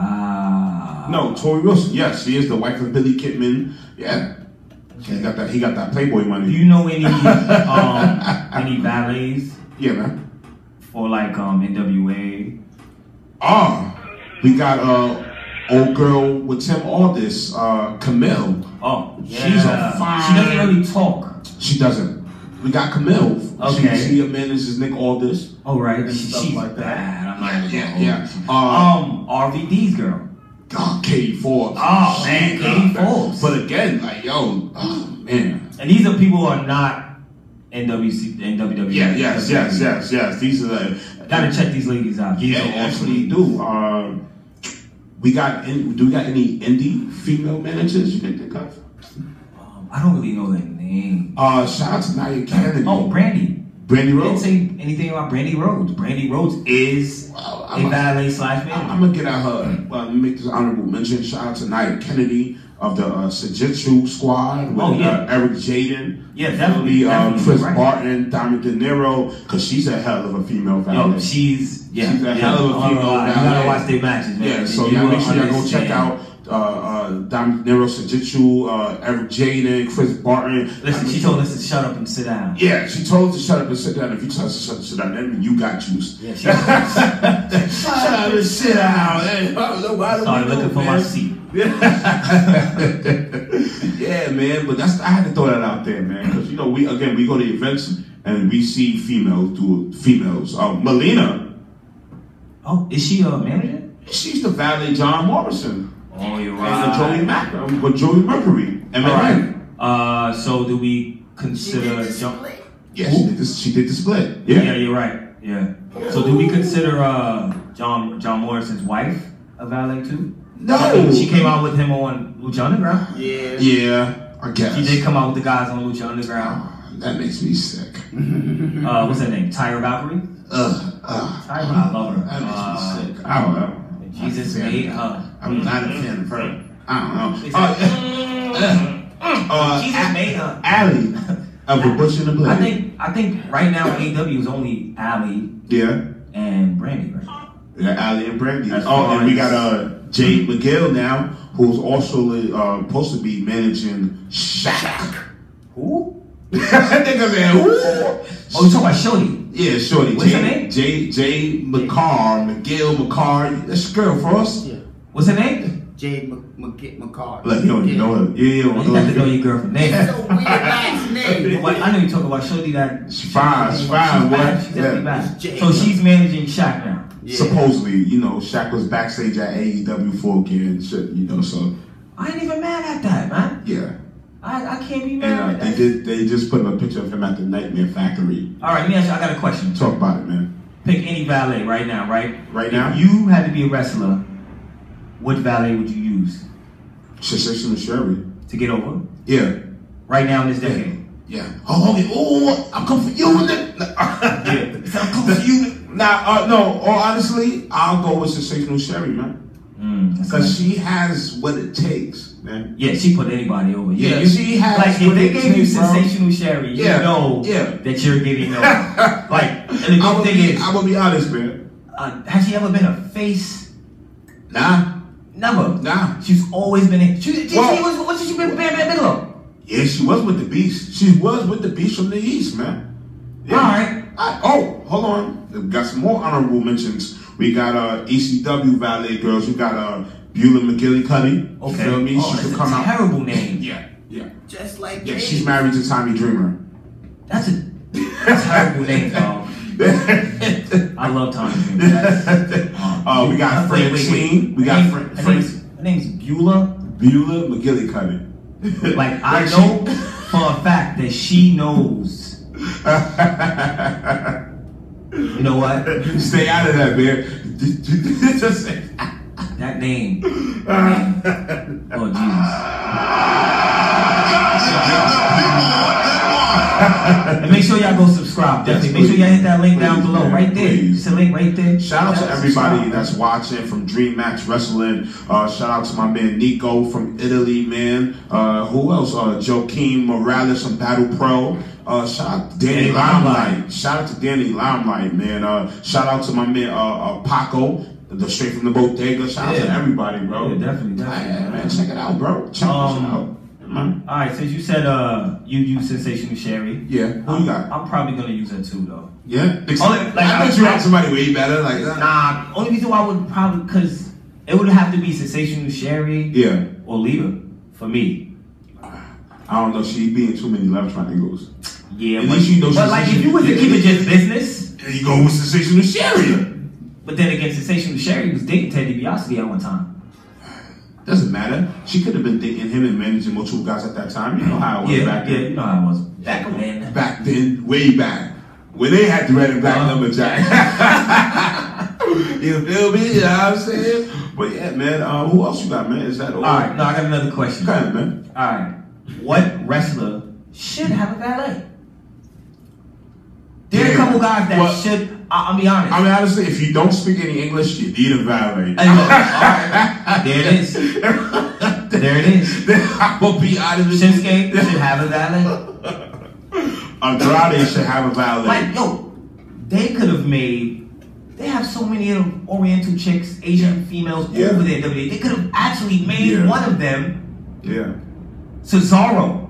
Wow.
No, Tori Wilson. Yes, she is the wife of Billy Kidman. Yeah. He got that. He got that Playboy
Do
money.
you know any um any valets
yeah, man.
for like um NWA?
Ah, we got uh old girl with Tim Aldis, uh Camille.
Oh,
She's
yeah.
a fine-
She doesn't really talk.
She doesn't. We got Camille.
Okay.
She, she manages Nick Aldis.
Oh right,
And
she,
stuff
she's
like that.
bad. I'm not even
Yeah,
gonna
yeah.
hold you.
Uh,
Um, RVD's girl.
God, Katie Forbes.
Oh,
She
man,
got
Katie
that.
Forbes.
But again, like yo, oh man.
And these are people who are not NWC and WWE.
Yeah, yes, yes, yes, yes. These are the
Gotta check these ladies out. These
yeah,
are awesome.
actually do. Um, uh, We got in, do we got any indie female managers you can think of?
Um, I don't really know their name.
Uh, shout out to Naya Kennedy.
Oh, Brandy.
Brandy
They didn't
Rhodes.
say anything about Brandy Rhodes. Brandy Rhodes is
Wow,
a
I'm a-
valet slash manager.
I'm gonna get at her. Well, let me make this honorable mention. Shout out to Naya Kennedy of the uh, Sajitsu Squad with
Oh, yeah.
uh, Eric Jaden.
Yeah, definitely,
Um,
definitely,
Chris
right.
Barton, Diamond De Niro, because she's a hell of a female valet.
Yo, she's yeah,
She's a
yeah,
hell of
I'm
a
not gonna
female
lie. You
valet.
gotta watch their matches, man.
Yeah, so
You
y'all
will
make sure y'all go check
understand.
out uh, uh, Diamond De Niro, Sajitsu, uh, Eric Jaden, Chris Barton.
Listen, she told us to shut up and sit down.
Yeah, she told us to shut up and sit down. If you tell us to shut up and sit down, that means you got juice.
Yeah, she started
Shut up and sit down. Hey, I don't know why we
looking
do,
for my
man.
seat.
yeah, man. But that's I had to throw that out there, man, because you know we again we go to events and we see females do females. Um, Melina,
Oh, is she a manager?
she's the valet John Morrison
Oh, you're
and the Joey Mac um, with Joey Mercury. Am I
All
right?
right. Uh, so do we
uh,
consider jump?
Yeah, she did, this, she did the split. Yeah.
Yeah. you're right. Yeah. So do we consider uh John John Morrison's wife a valet too?
No.
she came out with him on Lucha Underground.
Yeah.
Yeah, I guess.
She did come out with the guys on Lucha Underground.
Ah, That makes me sick. Mm-hmm.
Uh, what's her name? Tyra Valkyrie.
Ugh, ugh.
Tyra, I love her. Uh,
That makes me sick. I don't know.
Jesus
I'm not a fan
made
of
her. Mm.
I'm not a fan of her. I don't know. Oh,
Jesus
Uh,
"Mm, made her.
Allie of a Bush and a Blade.
I think I think right now AW is only Allie
Yeah.
and Brandy. Right?
Yeah, Allie and Brandy.
As
Oh,
far
and we
as-
got uh, Jade McGill now, who's also uh, supposed to be managing Shaq.
Who?
Niggas said,
Oh,
who?
you talking about Shorty?
Yeah, shorty.
What's
Jade,
her name?
Jade, Jade McCarr, McGill McCarr. That's your girl for us.
What's her name?
Jade McCart.
Look, you don't even know her. Yeah, you
You
don't know
got to know
her.
your girlfriend name.
So weird last name.
What I know you talking about Shorty that
She's fine, she's fine,
She's
boy.
back. She's definitely
Yeah.
back.
Jay.
So she's managing Shaq now.
Supposedly, you know, Shaq was backstage at AEW for again, shit, you know, so
I ain't even mad at that, man.
yeah.
I, I can't be mad at
And uh, they
that.
did. They just put up a picture of him at the Nightmare Factory.
All right, let me ask you. I got a question.
Talk about it, man.
Pick any valet right now, right?
Right now,
If
you
you had to be a wrestler, what valet would you use
Shishisha and Sherry.
to get over?
Yeah,
Right now in this decade.
yeah. Oh, Hogan. Oh, I'm coming for you. nigga.
Yeah.
I'm coming for you. Nah, uh, no. Or honestly, I'll go with Sensational Sherry, man,
Mm, that's
because she has what it takes, man.
Yeah, she put anybody over. You-
Yeah,
you-
she has
Like if
what
they
it
gave you
takes, bro.
sensational Sherry, you
Yeah,
know
yeah.
that you're getting over. like, and the
I'm
good
gonna
thing
be,
is,
I'm gonna be honest, man.
uh, has she ever been a face?
Nah,
Never.
nah.
She's always been. A, she, she, she
Well-
was. What she been? Bam Bam Bigelow.
Yeah, she was with the Beast. She was with the Beast from the East, man. Yeah.
All right.
I- oh, hold on. We've got some more honorable mentions. We got uh, ECW Valet Girls. We got uh, Beulah McGillicuddy.
Okay.
You feel me?
Oh,
she could
that's
come
a
out.
terrible name.
Yeah, yeah.
Just like
Yeah,
Jade.
she's married to Tommy Dreamer.
That's a terrible name, dog. I love Tommy. Dreamer.
Uh, we got
Wait, wait,
Francine.
wait.
We
Her
got
name-
Fran-
her
Fran-
name's- Her name's Beulah.
Beulah McGillicuddy.
Like I
Like she-
know for a fact that she knows. you know what?
Stay out of that, man. Just say-
That name. oh Jesus. and make sure y'all go subscribe.
Yes,
Definitely. Make sure y'all hit that link down
please,
below.
man,
Right there.
please.
It's a link right there.
Shout out to
Yeah,
everybody
subscribe.
that's watching from Dream Match Wrestling. Uh, shout out to my man Nico from Italy, man. Uh, who else? Uh, Joaquin Morales from Battle Pro. Uh, shout out to Danny
Danny
Limelight.
Limelight.
Shout out to Danny Limelight, man. Uh, shout out to my man uh, uh, Paco, the straight from the bodega. Shout out to
Yeah.
everybody, bro.
Yeah, definitely, definitely,
Yeah, man,
man.
check it out, bro. Check
Um,
it out. Man.
All right, since you said uh, you use sensational Sherry,
Yeah, who
I'm,
you got?
I'm probably gonna use her too, though.
Yeah,
uh, Only- like, uh,
I
I-
bet you have somebody way better. Like, uh, nah.
Nah, only reason why I would probably because it would have to be sensational Sherry
yeah.
or Lita for me.
I don't know. She being too many left triangles.
Yeah,
At
but,
least you know
but like if you was to
Sensation-
keep it just business,
There you go with sensational Sherry.
but then again, sensational Sherry was dating Ted DiBiase at one time.
Doesn't matter. She could have been dating him and managing multiple guys at that time. You know how it was
Yeah,
back
yeah,
then.
you know how it was back then.
Back then, way back. When they had the red and black
Uh-huh.
lumberjack. you feel me? You know what I'm saying? But yeah, man. Uh, who else you got, man? Is that all?
All right, no, I got another question.
Go ahead, man.
All right, what wrestler should have a valet? There are a
Yeah.
couple guys that
Well,
should. I, I'll be honest.
I mean, honestly, if you don't speak any English, you need a valet.
Hey, look, all right, there it is. There it is.
I will be out of this.
Shinsuke should have a valet.
Andrade should have a valet.
Like, yo, they could have made. They have so many of them Oriental chicks, Asian females
Yeah.
over there. in WWE. They could have actually made
Yeah.
one of them
yeah.
Cesaro.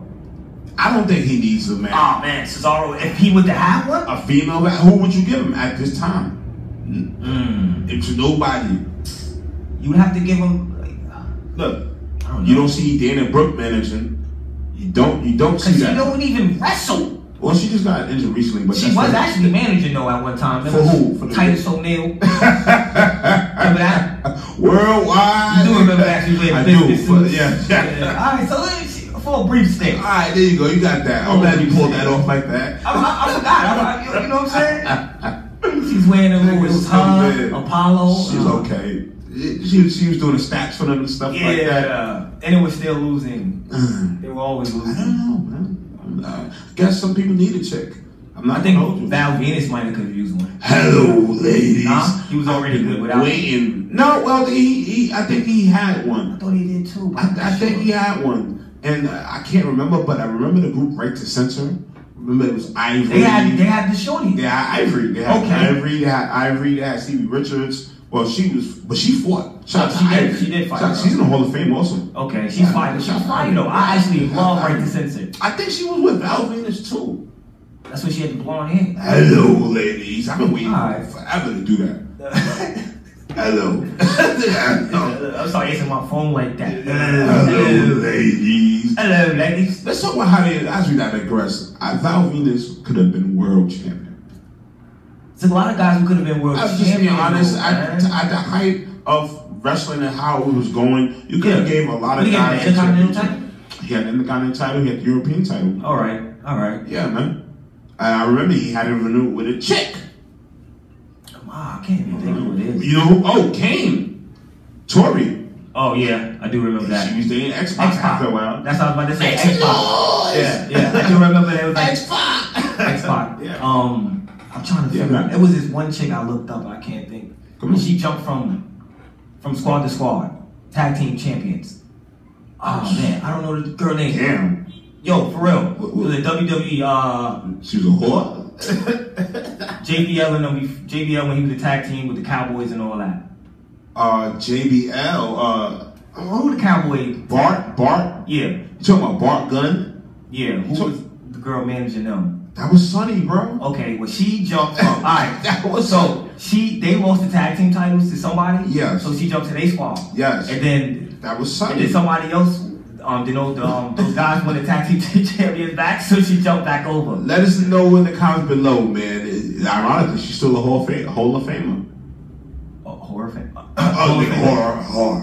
I don't think he needs a man.
Ah man, Cesaro. If he would to have one,
a female, va- who would you give him at this time? It's nobody.
you would have to give him. like,
Look,
I don't
you
know.
don't see Dana Brooke managing. You don't. You don't see
Cause
that.
she don't even wrestle.
well, she just got injured recently, but
She
that's
was
not-
actually managing though at one time.
For
Remember
who? For the-
Titus O'Neil. Remember that?
worldwide.
You do remember that she
I
played
do.
business
but
suits.
yeah, yeah.
All right, so let me see, for a brief stint.
All
I,
right, there you go. You got that.
Oh,
I'm glad you pulled that off like that.
I, I forgot. I, I- you, you know what I'm saying? She's wearing a little
Niggas
it's
come
her,
in.
Apollo.
She's
uh,
okay. She, she was doing the stats for them and stuff
Yeah, uh,
like that.
and it was still losing.
Mm.
They were always
I don't
losing.
know, man. I'm not- I guess some people need a check. I'm not
I
gonna hold
think
you.
Val Venus might have could have used one.
Hello, ladies.
Nah, he was already
I've been
good without-
waiting. No, well, he, he, I think he had
I
one.
thought he did too. But
I,
I'm not
I think
sure.
he had one, and uh, I can't remember, but I remember the group Right to Center. Remember it was Ivory.
They had they had the shorty.
They had Ivory. They had
Okay.
Ivory. They had Ivory. They had Stevie Richards. Well, she was, but she fought. Shout out
She
to
did-
Ivory.
she did fight,
Shout-
bro.
she's in the Hall of Fame also.
Okay, she's fine. She's fine though. I actually love Right to Censor.
I think she was with Val Venus too.
That's when she had the blonde hair.
Hello, ladies. I've been waiting
All right.
forever to do that. Hello. Hello.
Uh, I'm sorry, answering my phone like that.
Hello, ladies.
Hello, ladies.
Let's talk about how they, as we digress, I- Val Venus could have been world champion.
There's a lot of guys who could have been world
I was
champions.
just being honest,
though,
at,
man.
at the height of wrestling and how it was going, you could have
Yeah.
gave a lot of
He had
guys.
an Intercontinental Oh.
a championship. He had an Intercontinental title, he had the European title.
all right, all right.
Yeah, man. I I remember he had it renewed with a chick.
Come on, I can't even think who it is.
You know who? Oh, Kane. Tori.
Oh yeah, I do remember that.
She was dating X Pac
X-Pac.
after a while.
That's what I was about to say. X Pac. Yeah, yeah. I do remember that. It was like X Pac. X Pac.
Yeah.
Um, I'm trying to
Yeah,
figure.
man.
out. It was this one chick I looked up. I can't think.
Come on.
She jumped from from squad to squad, tag team champions. Oh man, I don't know the girl name.
Damn.
Yo, for real.
What-
It
what-
was a WWE uh,
She was a whore?
JBL and them, JBL when he was the tag team with the Cowboys and all that.
Uh, JBL. Uh,
Who the Cowboy?
Bart. Bart.
Yeah,
You talking about Bart Gunn?
yeah. Who
So-
was the girl managing them?
That was Sonny, bro.
Okay, well she jumped from. all right,
That was-
so she they lost the tag team titles to somebody.
Yes.
So she jumped to their squad.
Yes.
And then
that was
and
Sonny.
then somebody else. Um, then those um, those guys won the tag team champions back, so she jumped back over.
Let us know in the comments below, man. It- ironically, she's still a Hall of, Fam- Hall of Famer.
Oh, horror fame.
Ugly
Hall
horror, horror.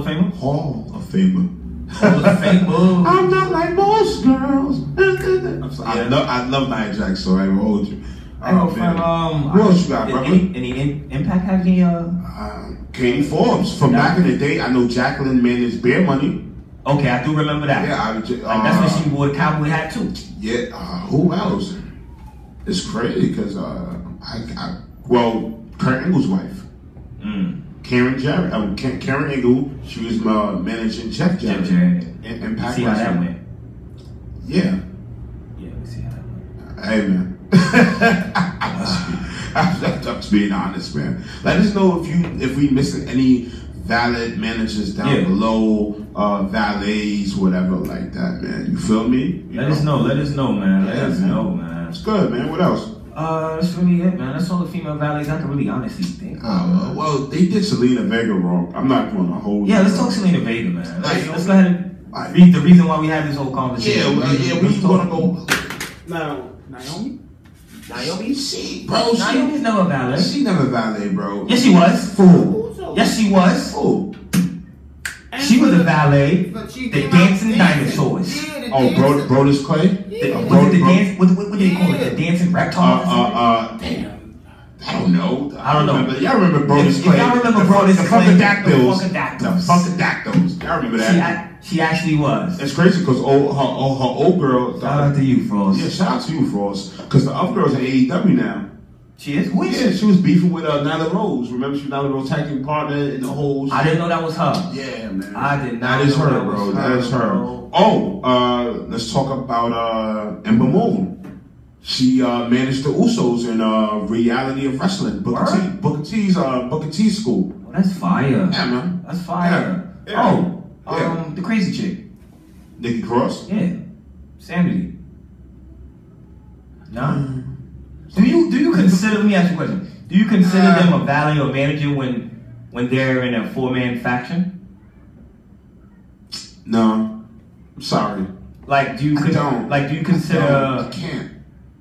of Famer.
Hall of Oh, Famer.
Hall of Famer.
I'm not like most girls. I'm sorry. I
Yeah.
love, I love Nia Jax, so I will hold you.
I know
Oh,
from um.
Who else you got,
did
brother?
Any, any in, impact have any? Uh,
Um, Katie Forbes from back in the day. I know Jacqueline managed Bear Money.
okay, I do remember that.
Yeah, I, uh,
like, that's when she wore the cowboy hat too.
Yeah, uh, who else? It's crazy because uh, I, I well, Kurt Engle's wife,
Mm.
Karen Jarrett. Um, Ka- Karen Engle, she was uh, managing Jeff Jarrett.
Jeff Jarrett.
And, and Pac
see how that
Wrestling.
went.
Yeah,
Yeah, we see how that went.
hey man. I'm just- I'm just being honest, man. Let us know if you if we missing any valid managers down
Yeah.
below, uh, valets, whatever like that, man. You feel me? You
Let us know. Let us know, man. Let
Yeah,
us
man.
know, man.
It's good, man. What else?
Uh, that's really it, man. That's all the female valets I can really honestly think. of,
Uh,
man.
well, they did Selena Vega wrong. I'm not going to hold.
yeah,
you.
let's talk Selena Vega, man. Let's,
Like-
let's go ahead and
Like-
read the reason why we have this whole
Yeah,
conversation.
well, yeah,
Let's
we
talk.
want to go.
Now, Naomi?
Naomi, she, bro, she,
Naomi's never a valet.
she never valet, bro.
yes, she was.
fool,
Yes, she was.
fool.
She was a valet.
But she
The
came out
dancing
dancing.
dinosaurs.
Yeah, the
Oh, bro,
dancing.
Brodus Clay.
Yeah.
Uh,
Was it the
Bro-
dance? What, what, what do they call it? The dancing
Uh,
reptiles?
uh, uh, damn. I don't know.
I don't know.
Remember, y'all remember Brodus
If- if y'all
Clay?
remember
the,
Brodus
the
Clay,
Funkadactyls.
the Funkadactyls.
The Funkadactyls. Y'all remember
She,
that?
ac- she actually was.
It's crazy because old, her, old, her old girl. uh,
Shout out to you, Frost.
Yeah, shout out to you, Frost. Because the other girl's in AEW now.
She is who is
Yeah,
she?
she was beefing with uh, Nyla Rose. Remember, she was Nyla Rose tag team partner in the whole.
I didn't know that was her.
Yeah, man.
I did not
That is
know
her,
that was
bro.
her,
That is her.
bro.
Oh, uh, let's talk about uh, Ember Moon. She uh, managed the Usos in uh, Reality of Wrestling. Booker T.
Word?
Booker T's uh, Booker T school.
Oh, that's fire.
Yeah, man.
That's fire.
Yeah. Yeah.
Oh,
Yeah.
um, the crazy chick.
Nikki Cross.
Yeah, Sanity. No.
Mm.
Do you do you consider? Let me ask you a question. Do you consider
Uh,
them a valley or manager when when they're in a four man faction?
No, I'm sorry.
Like do you
I
con-
don't.
like do you consider? uh,
No, I can't.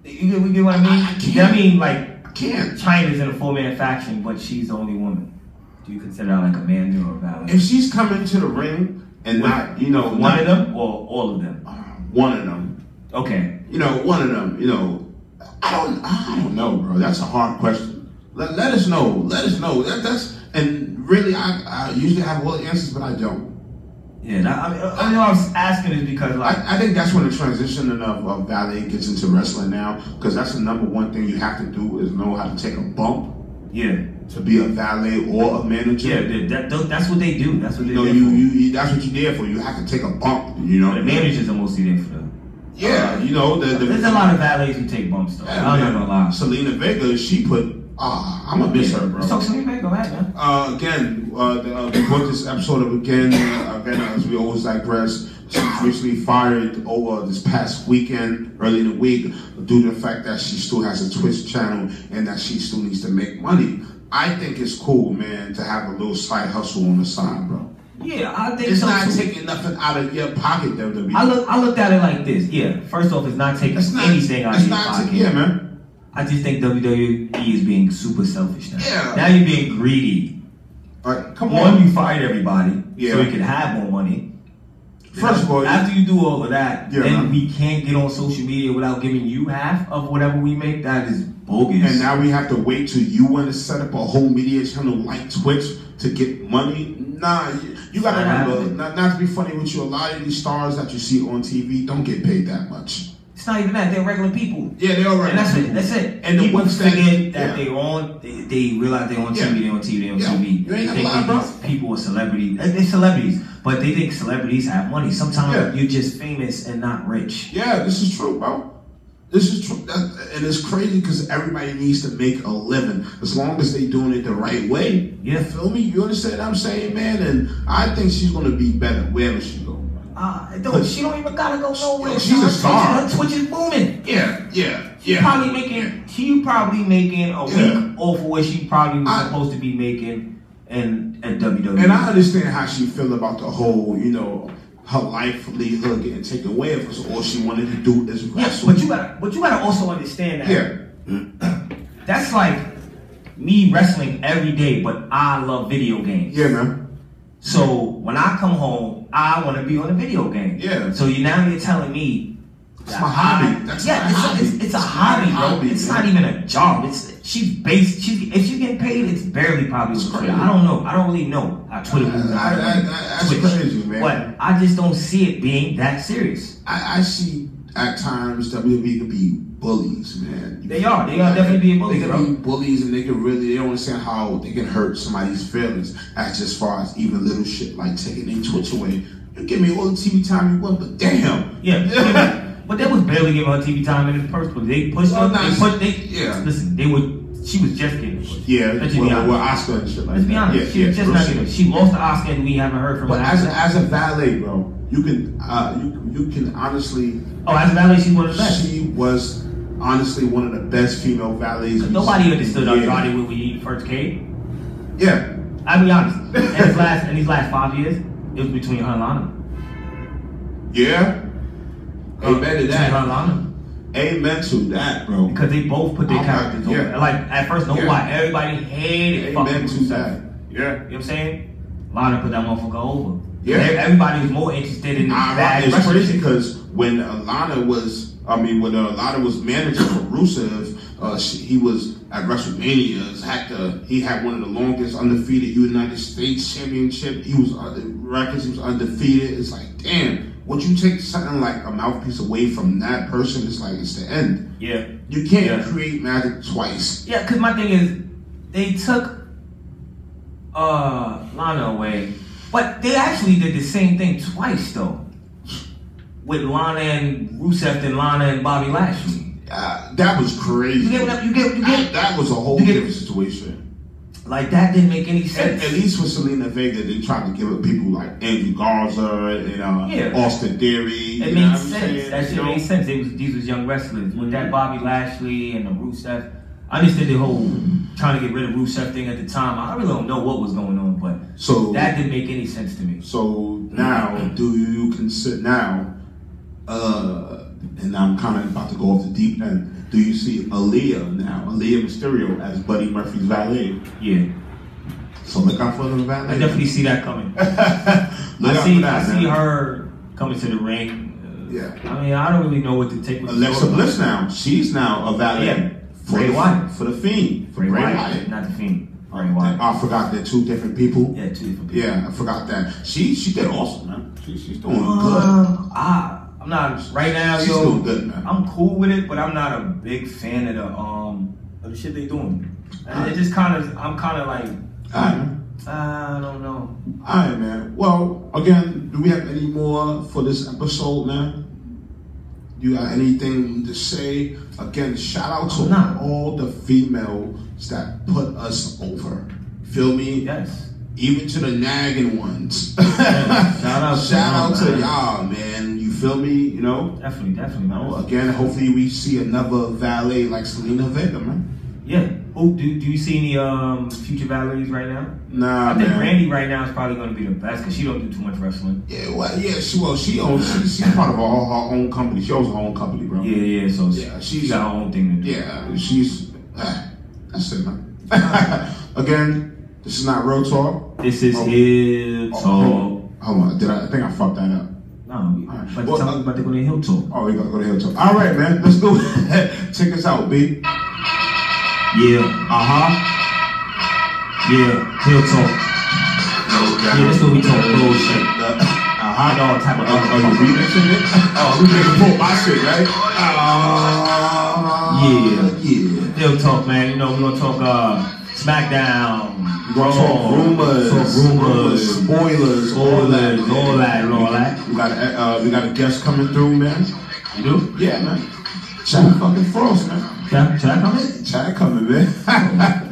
You get, you get what I mean?
I- I
You know what I
can't.
mean, like
I can't.
China's in a four man faction, but she's the only woman. Do you consider her like a manager or a valet?
If she's coming to the ring and not, you know,
one
not-
of them or all of them?
Uh, one of them.
Okay.
you know, one of them, you know, I don't, I don't know, bro. That's a hard question. Let, let us know. Let us know. That, that's and really, I, I usually have all the answers, but I don't.
Yeah, that, I mean, uh, I mean, all I'm asking is because like
I, I think that's when the transition of, of ballet gets into wrestling now, because that's the number one thing you have to do is know how to take a bump
yeah.
to be a valet or a manager.
Yeah, that, that, tho- that's what they do. That's what they
You know,
do.
you, you, you that's what you're there for. You have to take a bump. You know,
the managers are mostly there for them.
Yeah, you know, the, the,
There's a lot of Oh, valets who take bumps though.
Yeah,
I'm
man.
not gonna lie.
Selena Vega, she put. Ah, I'm gonna miss her, bro.
Let's talk to me, man. Go ahead, man.
Uh, again, uh, the, uh, we brought this episode up again, uh, again, as we always digress. She was recently fired over this past weekend, early in the week, due to the fact that she still has a Twitch channel and that she still needs to make money. I think it's cool, man, to have a little side hustle on the side, bro.
Yeah, I think
It's
so
not
too.
taking nothing out of your pocket, WWE.
I look, I looked at it like this. Yeah, first off, it's not taking
it's not
anything out
it's
of your
not
pocket.
ta- yeah, man.
I just think WWE is being super selfish now.
Yeah.
Now you're being greedy.
All right, come
One,
on.
you fired everybody
Yeah.
so you could have more money.
First of all,
after you do all of that,
Yeah,
then
man.
we can't get on social media without giving you half of whatever we make. That is bogus.
And now we have to wait till you want to set up a whole media channel like Twitch to get money. Nah, you, you gotta
Not
remember,
happening.
not, not to be funny with you, a lot of these stars that you see on TV don't get paid that much.
it's not even that. They're regular people.
Yeah, they all right.
And that's it. That's it.
And the
people
ones that-
forget that
yeah.
they on, they, they realize they're on
Yeah.
TV, they're on TV, they're on
Yeah.
TV.
You
They
ain't
think
gonna lie,
that
bro.
these people are celebrities. Uh, They're celebrities, but they think celebrities have money. Sometimes
Yeah.
you're just famous and not rich.
Yeah, this is true, bro. This is true, that, and it's crazy because everybody needs to make a living as long as they doing it the right way.
Yeah.
feel me? You understand what I'm saying, man? And I think she's gonna be better wherever she goes.
Uh, don't, she don't even gotta go nowhere.
she's a
Her-
star.
Her Twitch is booming.
Yeah, yeah,
She
yeah.
probably making. She probably making a
Yeah.
week off of what she probably was
I-
supposed to be making, and at E. WWE.
And I understand how she feel about the whole, you know, her life leave her getting taken away of us. All she wanted to do is
Yes,
wrestle.
but you gotta, but you gotta also understand that.
yeah,
That's like me wrestling every day, but I love video games.
yeah, man.
So when I come home, I want to be on a video game.
Yeah.
So you now you're telling me.
It's
that
my
I-
hobby. That's
yeah,
my
it's,
hobby.
A, it's, it's a
It's my
hobby, bro.
hobby,
it's
man.
not even a job. It's she's based. She's if she's getting paid, it's barely probably.
It's
what
crazy.
she- I don't know. I don't really know how Twitter moves.
I- I- I- I- that's
Twitch.
crazy, man.
But I just don't see it being that serious.
I, I see at times WWE could be bullies, man.
They are. They are definitely being bullies,
They
bro.
can be bullies, and they can really they don't understand how they can hurt somebody's feelings. As just far as even little shit like taking their Twitch away. You give me all the TV time you want, but damn.
Yeah, but they was barely giving her TV time in the first place. They pushed
Well,
her.
nah,
they pushed. They
yeah.
Listen, they were. She was just getting. Pushed.
Yeah,
Let's
with,
just be honest.
with Oscar and shit like
Let's be
that.
honest.
Yeah,
she
yeah,
was just
real
not
shit.
getting. She lost the Oscar, and we haven't heard from
But
her.
as
after
a,
that.
as a valet, bro, you can uh, you you can honestly,
oh, as a valet, she's one of the best.
she was honestly one of the best female valets. we've
Nobody
seen.
understood
yeah.
Andrade when we first came.
Yeah,
I'll be honest. In his last, in these last five years, it was between her and Lana.
yeah. Amen to
Between her and
that.
Lana.
Amen to that, bro.
Because they both put their
Okay,
characters
yeah.
over. Like at first, nobody,
Yeah.
everybody hated.
Amen
fucking
to
Rusev.
that.
You
Yeah.
know what I'm saying? Lana put that motherfucker over.
Yeah.
Ev- Everybody was more interested in
Nah,
that.
it's
wrestling.
crazy because when Alana was, I mean, when Alana was manager for Rusev, uh, she, he was at WrestleMania is Hector. He had one of the longest undefeated United States Championship. He was uh, records. He was undefeated. It's like, damn, what you take something like a mouthpiece away from that person? It's like it's the end.
Yeah.
You can't
Yeah.
create magic twice.
Yeah, because my thing is, they took uh Lana away, but they actually did the same thing twice though, with Lana and Rusev and Lana and Bobby Lashley.
Uh, that was crazy.
You get what I'm- you get you get
that was a whole
You get-
different situation.
like that didn't make any
At,
sense.
at least with Selena Vega, they tried to give it people like Andrew Garza and uh,
Yeah.
Austin Theory. you
It
know
made
what I'm
sense.
saying?
That
You
shit
know? Mm-hmm.
made sense. They was, these was young wrestlers with that Bobby Lashley and the Rusev. I understood the whole trying to get rid of Rusev thing at the time. I really don't know what was going on, but
So
that didn't make any sense to me.
So now, do you consider now? Uh, and I'm kind of about to go off the deep end. Do you see Aaliyah now, Aaliyah Mysterio as Buddy Murphy's valet?
Yeah,
So look out for the valet.
I definitely see that coming.
Look
I
out
see,
for that,
I see
man.
her coming to the ring. Uh,
Yeah.
I mean, I don't really know what to take. With
Alexa Bliss now. She's now a valet
uh, Yeah.
for
Bray
the
Wyatt.
for the Fiend for
Bray Wyatt, not the Fiend. Bray Wyatt.
I forgot they're two different people.
Yeah, two different people.
Uh, Yeah, I forgot that. She she did awesome, man. She, she's doing good.
Uh, ah, I'm not right now,
She's
yo.
doing good, man.
I'm cool with it, but I'm not a big fan of the um of the shit they doing. And it just kind of, I'm kind of like,
All right, man.
I don't know.
All right, man. Well, again, do we have any more for this episode, man? You got anything to say? Again, shout out to
Nah.
all the females that put us over. Feel me?
Yes,
Even to the nagging ones.
shout out to
Shout out
y'all,
to
man.
y'all, man. You feel me? You know?
definitely, definitely, man.
Well, again, hopefully we see another valet like Selena Vega, man.
Yeah. Oh, do do you see any um future valets right now?
Nah,
I think
man.
Randy right now is probably going to be the best because she don't do too much wrestling.
yeah, well, yeah, she well, she owns she, she's part of her, her own company. She owns her own company, bro.
Yeah, yeah. So
Yeah,
she
she's-
got her own thing to do.
Yeah, she's. Uh, that's it, man. Again, this is not real talk.
This is
Oh.
his
Oh,
talk.
Hold on, did I, I think I fucked that up.
No, we- but
Well,
tell
uh,
me about the Golden Hill talk.
Oh, we gotta go to Hill Talk. All right, man, let's do it. Check us out, B. Uh-huh.
Yeah. Uh huh. Yeah. Hill talk. Yeah, this is what we talk bullshit.
Uh-huh.
Hot dog type of
Oh, oh, you remixing it? Oh, we making pull my shit, right? Uh,
Yeah.
Yeah.
Hill talk, man. You know we gonna talk uh SmackDown.
We're gonna talk
Raw,
rumors,
Talk rumors.
spoilers, all that,
Spoilers, all that, and all that.
We got a, uh, we got a guest coming through, man.
You do?
Yeah, man. Chad fucking Frost, man.
Should I, should I come in?
Chad coming, man.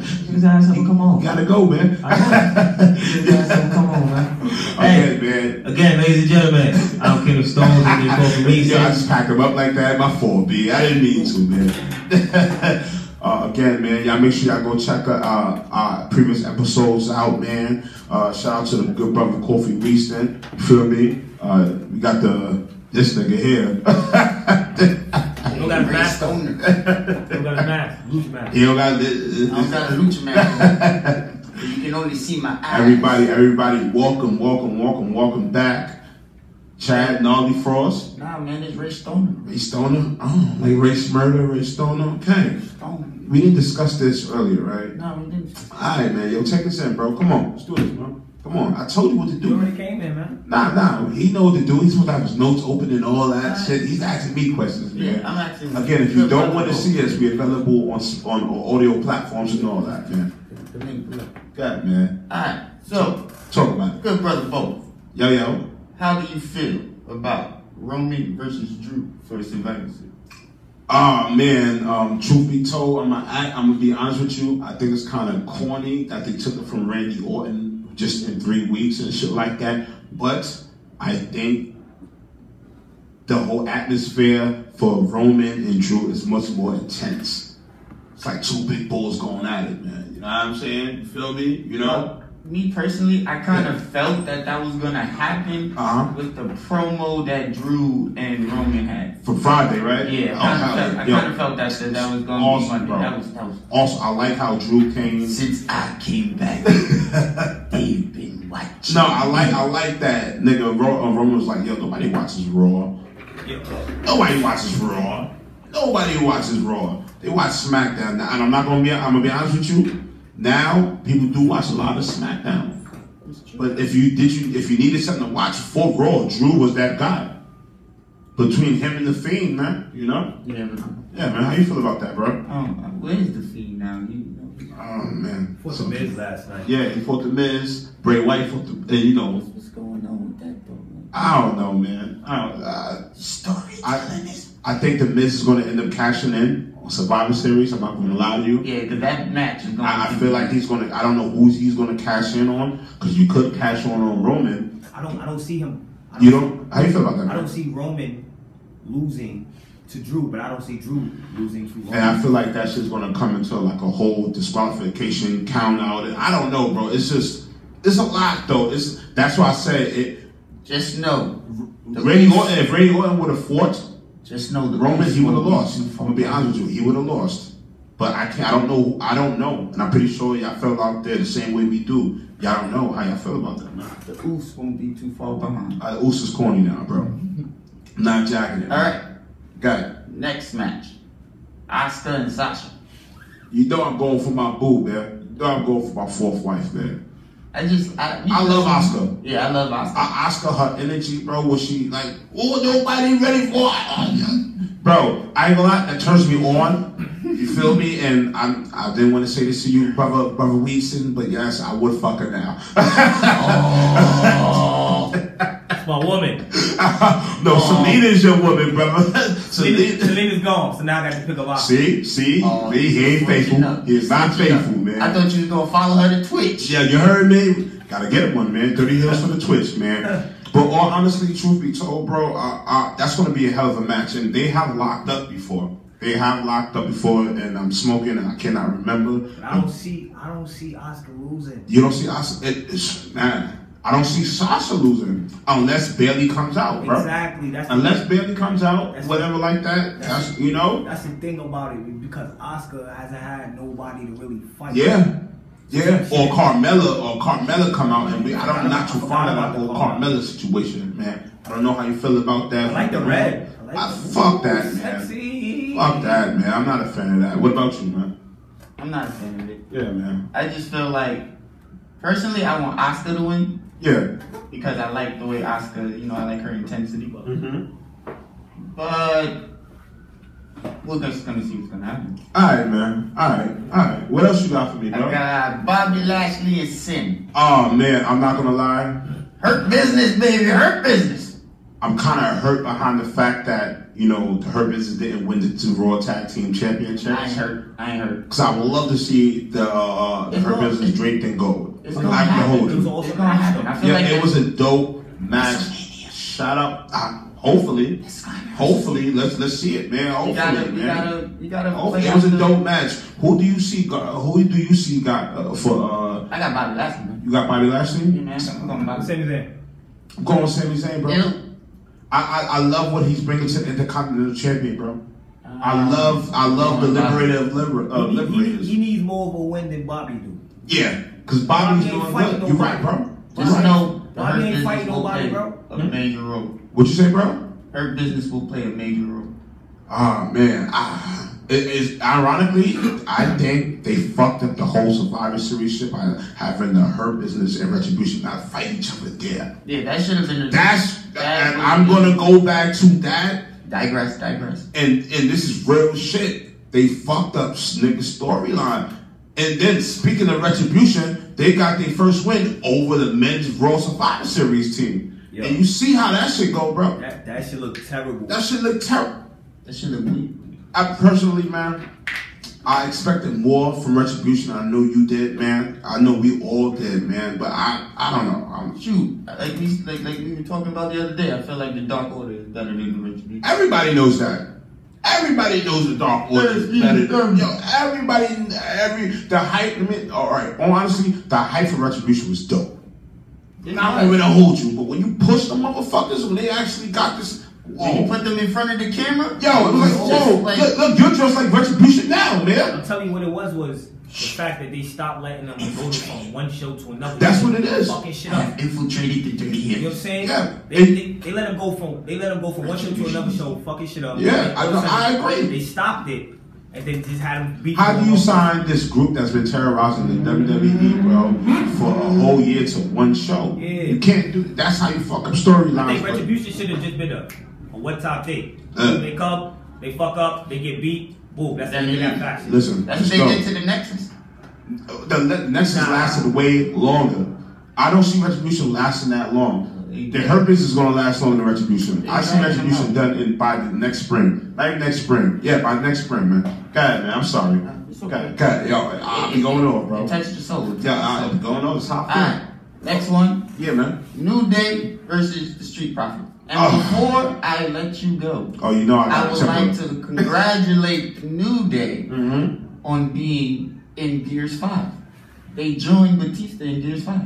Just ask him, come on.
you gotta go, man.
I know. Just ask him, come on, man.
Okay,
Hey,
man.
again, ladies and gentlemen, I'm Kevin Stone, and you're for me.
Yeah, I just pack him up like that. My fault, B. I didn't mean to, man. uh, again, man, y'all make sure y'all go check uh, uh, our previous episodes out, man. Uh, shout out to the good brother Kofi Winston. You feel me? Uh, we got the this nigga here.
You got a
Ray
mask on.
Stoner.
You got a mask. Loose mask.
he don't got this.
I don't got a lucha mask on. You can only see my eyes.
Everybody, everybody, welcome, welcome, welcome, welcome back. Chad Nolly Frost,
Nah, man, it's Ray Stoner.
Ray Stoner, oh, like Ray Smurder, Ray Stoner. Okay,
Stoner.
we didn't discuss this earlier, right?
Nah, we didn't.
All right, man, yo, check this in, bro. Come on, let's do this, bro. Come on, I told you what to
You
do.
already came in, man.
Nah, nah, he know what to do. He's supposed to have his notes open and all that shit. He's asking me questions, man.
Yeah, I'm asking-
Again, if you don't want to see us, we're available on on audio platforms and all that, man.
Come in, come in.
God, man,
Alright, so,
talk about it.
good brother Bo,
Yo, yo.
how do you feel about Roman versus Drew for the Survivor Series?
Oh man, um, truth be told, I'm gonna, I, I'm gonna be honest with you. I think it's kind of corny that they took it from Randy Orton just in three weeks and shit like that. But I think the whole atmosphere for Roman and Drew is much more intense. It's like two big bulls going at it, man. You know what I'm saying? You feel me? You know?
Me personally, I kind of felt that that was gonna happen
Uh-huh.
with the promo that Drew and Roman had.
For Friday, right?
Yeah,
Oh,
I
hell
kind of felt,
yeah.
I kind of felt that that, that was gonna
Awesome,
be
bro.
Monday. That was that was
Also, I like how Drew came.
Since I came back, they've been watching.
No, I like I like that nigga. Raw, uh, Roman was like, yo, nobody watches Raw. Nobody watches Raw. Nobody watches Raw. They watch SmackDown. Now, and I'm not gonna be. I'm gonna be honest with you. Now people do watch a lot of SmackDown. But if you did you if you needed something to watch for Raw, Drew was that guy. Between him and the Fiend, man, you know.
Yeah, but
Yeah, man. How you feel about that, bro?
um, where's the feed now? You know.
Oh man.
What's
So-
the Miz last night?
Yeah, he fought the Miz. Bray White fought the. And you know,
What's going on with that though? Man?
I don't know, man. I don't. I, I, I think the Miz is going to end up cashing in on Survivor Series. I'm not going to lie to you.
Yeah, because that match is going.
I, I feel like he's going to. I don't know who's he's going to cash in on because you could cash on on Roman.
I don't I don't see him. I
You don't. How you feel about that?
I don't
Man?
see Roman losing to Drew, but I don't see Drew losing to Roman.
And I feel like that shit's going to come into like a whole disqualification count out. And I don't know, bro. It's just. It's a lot though. It's that's why I say it.
Just know. the
Randy
Beast-
Orton. If Randy Orton would have fought
Just know the
Roman,
Beast
he would have
gonna
lost.
beat
I'm
you
gonna be honest with you, he would have lost. But I can't. I don't know. I don't know, and I'm pretty sure y'all felt out there the same way we do. Y'all don't know how y'all feel about that, man.
The Oofs won't be too far behind.
Uh, Oos is corny now, bro. Not jacking it.
All
man.
right,
got it.
next match. Asuka and Sasha.
You know I'm going for my boo, man. You know I'm going for my fourth wife, man.
I just I,
I love Asuka.
Yeah, I love Asuka.
I Oscar her energy, bro. Was she like, oh, nobody ready for it? Oh, yeah. Bro, I ain't gonna lie, that turns me on. You feel me? And I, I didn't want to say this to you, brother, brother Weason, but yes, I would fuck her now.
That's my woman.
no, Selena's your woman, brother.
Selena-
Selena.
Selena's gone, so now I got to pick a lock.
See, see,
Oh,
see, he ain't
switching
faithful.
up.
He is not
Switching
faithful,
up.
man.
I thought you was gonna follow her to Twitch.
Yeah, you heard me. Gotta get one, man. Thirty hills for the Twitch, man. But all honestly, truth be told, bro, uh, uh, that's gonna be a hell of a match, and they have locked up before. They have locked up before, and I'm smoking, and I cannot remember.
But I don't see I don't see Oscar losing.
You don't see us, it, it's, man. I don't see Sasha losing unless Bailey comes out, bro.
Exactly. That's
Unless Bailey comes out,
That's-
whatever like that. That's you
the,
know,
that's the thing about it because Oscar hasn't had nobody to really fight.
yeah. Yeah, or Carmella, or Carmella come out, and we, I don't, I'm not too fond of that whole Carmella situation, man. I don't know how you feel about that.
I like the red. I like
I
the
Ah, fuck that, man.
sexy.
Fuck that, man. I'm not a fan of that. What about you, man?
I'm not a fan of it.
Yeah, man.
I just feel like personally I want Asuka to win
Yeah.
because I like the way Asuka, you know, I like her intensity.
Mm-hmm.
But we're just gonna see what's gonna happen.
All right, man. All right, all right. What else you got for me,
I
bro?
got Bobby Lashley and Sin.
Oh man, I'm not gonna lie.
Hurt business, baby, hurt business.
I'm kind of hurt behind the fact that you know the Hurt Business didn't win the two Raw Tag Team
I ain't
Championships.
hurt. I ain't hurt.
Cause I would love to see the, uh, the
It's
Hurt
gonna-
Business draped in gold.
It's
Like
gonna
the
happen.
Holy.
It was
It's
also
gonna happen. I feel
Yeah,
like
it
that-
was a dope match. Shut up. I, hopefully,
It's gonna happen.
hopefully, let's let's see it, man.
You
Hopefully,
gotta, you
man.
gotta, you gotta.
Hopefully,
play
it was a
Asuka.
dope match. Who do you see? Got, uh, who do you see? Got uh, for uh,
I got Bobby Lashley. man.
you got Bobby
You
Lashley?
know, I'm going Bobby.
Same thing.
I'm going with Sami Zayn, bro.
Ew.
I, I I love what he's bringing to the Intercontinental Champion, bro. I
Um,
love I love the
going Bobby.
liberator of liber- uh,
He, he,
liberators.
he needs more of a win than Bobby do.
Yeah, because Bobby's
Bobby
doing
ain't
good.
fighting
You're right,
nobody.
bro. You're
Just
right.
know, the
Bobby
Hurt
ain't
business
fighting
will
nobody,
play
bro.
A major role.
What you say, bro?
Her business will play a major role.
Ah man, ah, it, it's ironically, I think they fucked up the whole Survivor Series shit by having the her business and retribution not fight each other there.
Yeah, that should have been. A,
That's
that
and
would
I'm
be-
gonna go back to that
digress, digress.
and and this is real shit. They fucked up niggas storyline. And then speaking of retribution, they got their first win over the men's Raw Survivor Series team.
Yeah.
And you see how that shit go, bro.
That that should look terrible.
That shit look terrible.
That should have been.
I personally, man, I expected more from retribution. I know you did, man. I know we all did, man. But I, I don't know. I'm,
Shoot, like we like, like we were talking about the other day. I feel like the Dark Order is better than the Retribution.
everybody knows that. Everybody knows the Dark Order is better. than- Yo, everybody, every the hype. I mean, all right. Honestly, the hype for retribution was dope. And I don't even hold you, but when you push the motherfuckers, when they actually got this,
When you
whoa,
put them in front of the camera,
yo, it was like,
just
whoa, look, look, you're dressed like retribution now, man.
I'm telling you what it was was
The fact that they stopped letting them go from one show to another.
That's what it is.
Fucking shit up.
I've infiltrated the dirty
You know what I'm
hits.
saying?
Yeah.
They, they, they let him go from they let him go from one show to another show, fucking shit up.
Yeah, I-
You know what I'm
I
saying?
agree.
They stopped it and then just had him beat.
How
him
do you
up.
sign this group that's been terrorizing the WWE, bro, for a whole year to one show?
Yeah.
You can't do that's how you fuck up
I
storylines.
think
but-
retribution should have just been a, a one top thing.
Uh.
they come, they fuck up, they get beat, boom, that's
Then
the end of
they
that
leave.
fashion.
Listen,
That's what
let's
they
go.
did to the Nexus.
the le- Nexus lasted way longer. I don't see Retribution lasting that long. The Herpes is gonna last longer than Retribution. I see Retribution done in by the next spring. Like next spring. Yeah, by next spring, man. God, man, I'm sorry.
It's okay.
God, God, yo, I'll be Ah, going on,
It
bro.
touched the soul. It touched
Yeah,
the
I'll
soul.
be going on. It's hot.
All right. Next one,
Yeah, man.
New Day versus the Street Profit. And
Oh.
before I let you go,
Oh, you know I
I
got
would like to congratulate New Day
Mm-hmm.
on being in Gears 5. They joined Batista in Gears 5.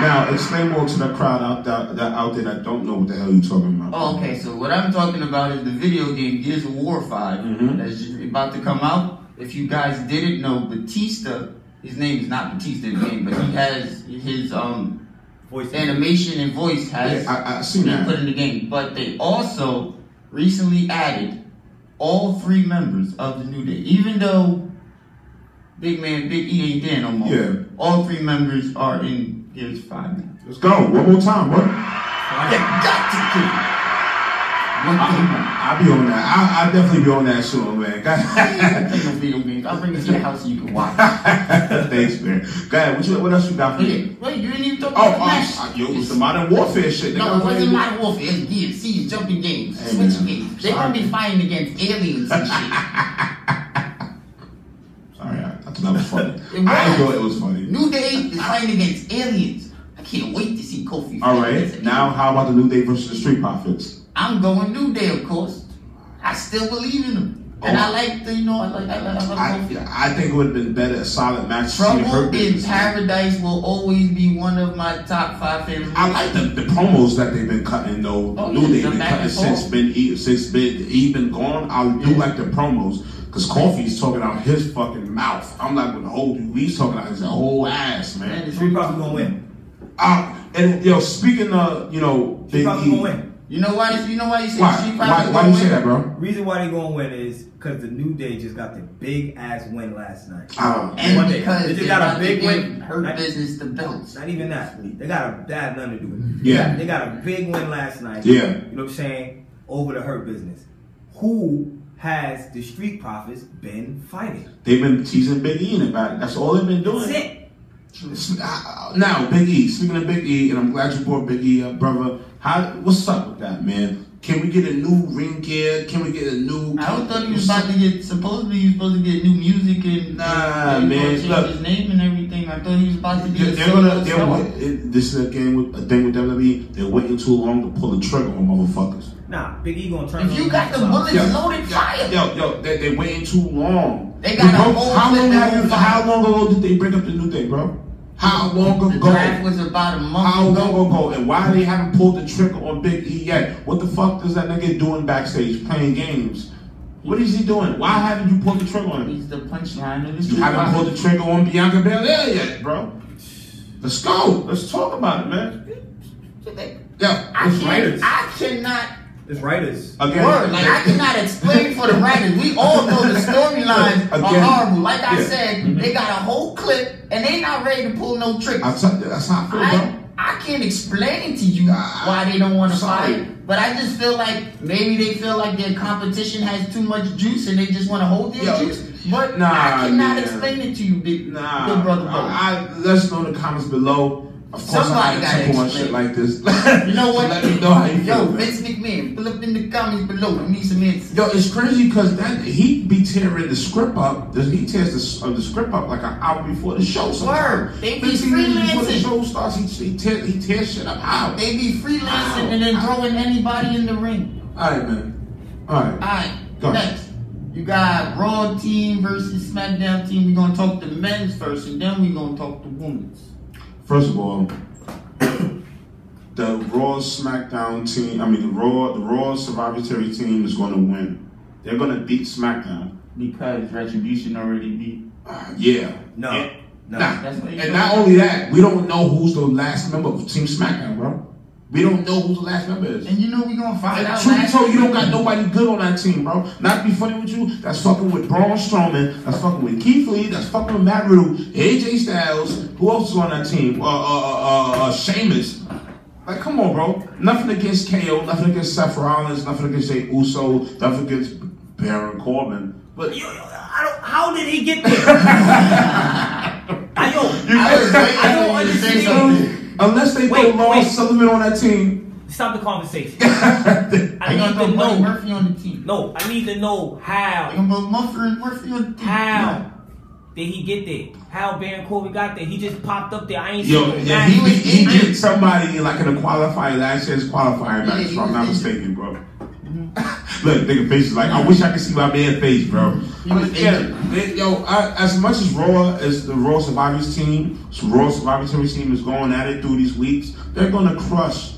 Now explain more to the crowd out that, that out there that don't know what the hell you talking about.
Oh, okay, so what I'm talking about is the video game Gears of War 5
Mhm.
that's about to come out. If you guys didn't know, Batista, his name is not Batista in the game, but he has his um
Voice
animation and voice has
Yeah, I, I seen
been put
that.
in the game. But they also recently added all three members of the New Day. Even though Big Man Big E ain't there no more,
Yeah.
all three members are in Gears 5 now.
Let's go. One more time, bro.
They got to do it. One thing more.
I'll be on that. I, I'll definitely be on that soon, man. God.
I play no video games. I'll bring it to your house and you can watch.
Thanks, man. Go ahead. What, you, what else you got for
Wait,
me?
wait, you didn't even talk
Oh,
about
oh,
Smash.
uh, yo, it was the modern warfare shit.
no, it
nigga.
wasn't Modern Warfare. It's gears, seeds, jumping games,
Hey,
switch
man.
games. They're gonna be fighting against aliens and shit.
Sorry, I, I thought that was funny.
It
I
was.
know it was funny.
New Day is fighting against aliens. I can't wait to see Kofi. fight
All
against
right,
an
now
alien.
how about the New Day versus the Street Profits?
I'm going New Day, of course. I still believe in them, and
Oh.
I like the, you know, I like, I like, I love
I,
Kofi.
I think it would have been better a solid match. to see
Oh, Trouble in
Herpes.
Paradise will always be one of my top five favorite.
I like the, the promos that they've been cutting though.
Oh,
New
yeah,
Day
the
been
back
cutting
and
since
forth.
been e- since been even gone. I do like the promos because Coffee's talking out his fucking mouth. I'm like when the whole he's talking out his whole ass, man.
Man, it's-
Street Profit gonna win.
Uh, and yo, speaking of you know,
Street
Big
Profit
E,
gonna win.
You know why? You know why you say
why
Street
why,
Profits
why
gonna
you say
win?
that, bro?
Reason why they gonna win is because the New Day just got the big ass win last night.
Uh,
And
Monday.
because
They
they
just got a
about to
big
give
win.
Her
Right.
business the belts.
Not even that. They got a that had nothing to do with it.
Yeah.
They got a big win last night.
Yeah.
You know what I'm saying? Over the hurt business. Who has the street profits been fighting?
they've been teasing Big E in the back. That's all they've been doing.
That's it.
It's- uh, uh, Now, Big E. Speaking of Big E, and I'm glad you brought Big E up, brother. How? What's up with that, man? Can we get a new ring gear? Can we get a new?
I was thought he was about to get. Supposedly, he was supposed to get new music and
Nah,
and they
man,
gonna change
look.
his name and everything. I thought he was about to
They're,
get.
they're gonna. They're, wait- it- this is a game with a thing with WWE. They're waiting too long to pull the trigger on motherfuckers.
Nah, Big E gonna turn
If you
on
got the
Microsoft.
bullets
Yeah.
loaded, fire.
Yo, yo, they they waiting too long.
They got a
Bro,
whole
how long
clip
have you,
of-
How long ago did they bring up the new day, bro? How long
The draft
ago?
was about a month
How long
ago.
ago? And why they haven't pulled the trigger on Big E yet? What the fuck is that nigga doing backstage playing games? What is he doing? Why haven't you pulled the trigger on him?
He's the punchline of the
You
street.
haven't
fight.
pulled the trigger on Bianca Belair yet, bro. Let's go. Let's talk about it, man. Yeah,
I
It's
can't.
writers.
I cannot.
It's writers.
Again,
Word, like I cannot explain for the writers. We all know the storylines are
Again.
horrible. Like I
Yeah. Mm-hmm.
said, they got a whole clip and they not ready to pull no tricks.
I tell you, that's not fair,
I,
bro.
I can't explain to you
Nah,
why they don't want to
sorry.
fight, but I just feel like maybe they feel like their competition has too much juice and they just want to hold their
Yo,
juice. But
nah,
I cannot
yeah.
explain it to you, big,
Nah,
big brother. Bo.
I, I, let us know in the comments below. Of course,
Somebody
I'm not
gotta
gonna on
explain.
shit like this.
you know what?
Let me know how you
Yo,
feel. man.
Vince McMahon, pull up in the comments below. I need some answers.
Yo, it's crazy because that he be tearing the script up. Does he tears the, uh, the script up like an hour before the show? Sometimes.
Word. They be
15 minutes before the
freelancing.
show starts, he, he, tear, he tears shit up. Ow.
They be freelancing and then throwing anybody in the ring.
All right, man. All right.
Alright,
Go.
next. You got Raw team versus SmackDown team. We're gonna talk the men's first and then we're gonna talk the women's.
First of all, the Raw SmackDown team, I mean the Raw, the Raw Survivor Series team is going to win. They're gonna beat SmackDown.
Because Retribution already beat.
Uh, yeah.
No.
And,
No.
nah.
That's what you
and
told
not
me.
only that, we don't know who's the last member of Team SmackDown, bro. We don't know who the last member is.
And you know we gonna find
And
out.
truth be
last
told, you
week.
don't got nobody good on that team, bro. Not to be funny with you, that's fucking with Braun Strowman, that's fucking with Keith Lee, that's fucking with Matt Riddle, AJ Styles. Who else is on that team? Uh, uh, uh, uh, uh Sheamus. Like, come on, bro. Nothing against KO, nothing against Seth Rollins, nothing against Jay Uso, nothing against Baron Corbin. But
You, I don't, how did he get there? I don't. I
better
don't,
say
I don't
that when you say
understand.
unless they
Wait,
put Lars
wait.
Sullivan on that team,
Stop the conversation.
They
I
gonna
need
throw
to
Buddy
know.
Murphy on the team.
No, I need to know
They
how.
gonna put Murphy Murphy on the team. No.
How did he get there? How Baron Corbin got there? He just popped up there. I ain't
yo,
seen him.
yeah,
Nah,
he,
was
he,
ignorant.
did somebody like in a qualifier last year's qualifier
Yeah,
match,
he
if I'm
was
not
ignorant.
mistaken, bro. Look, nigga face is like, I wish I could see my man face, bro.
He was
Yeah,
ignorant.
they- yo, I, as much as Raw as the Raw Survivors team, Raw Survivor Series team is going at it through these weeks, they're gonna crush.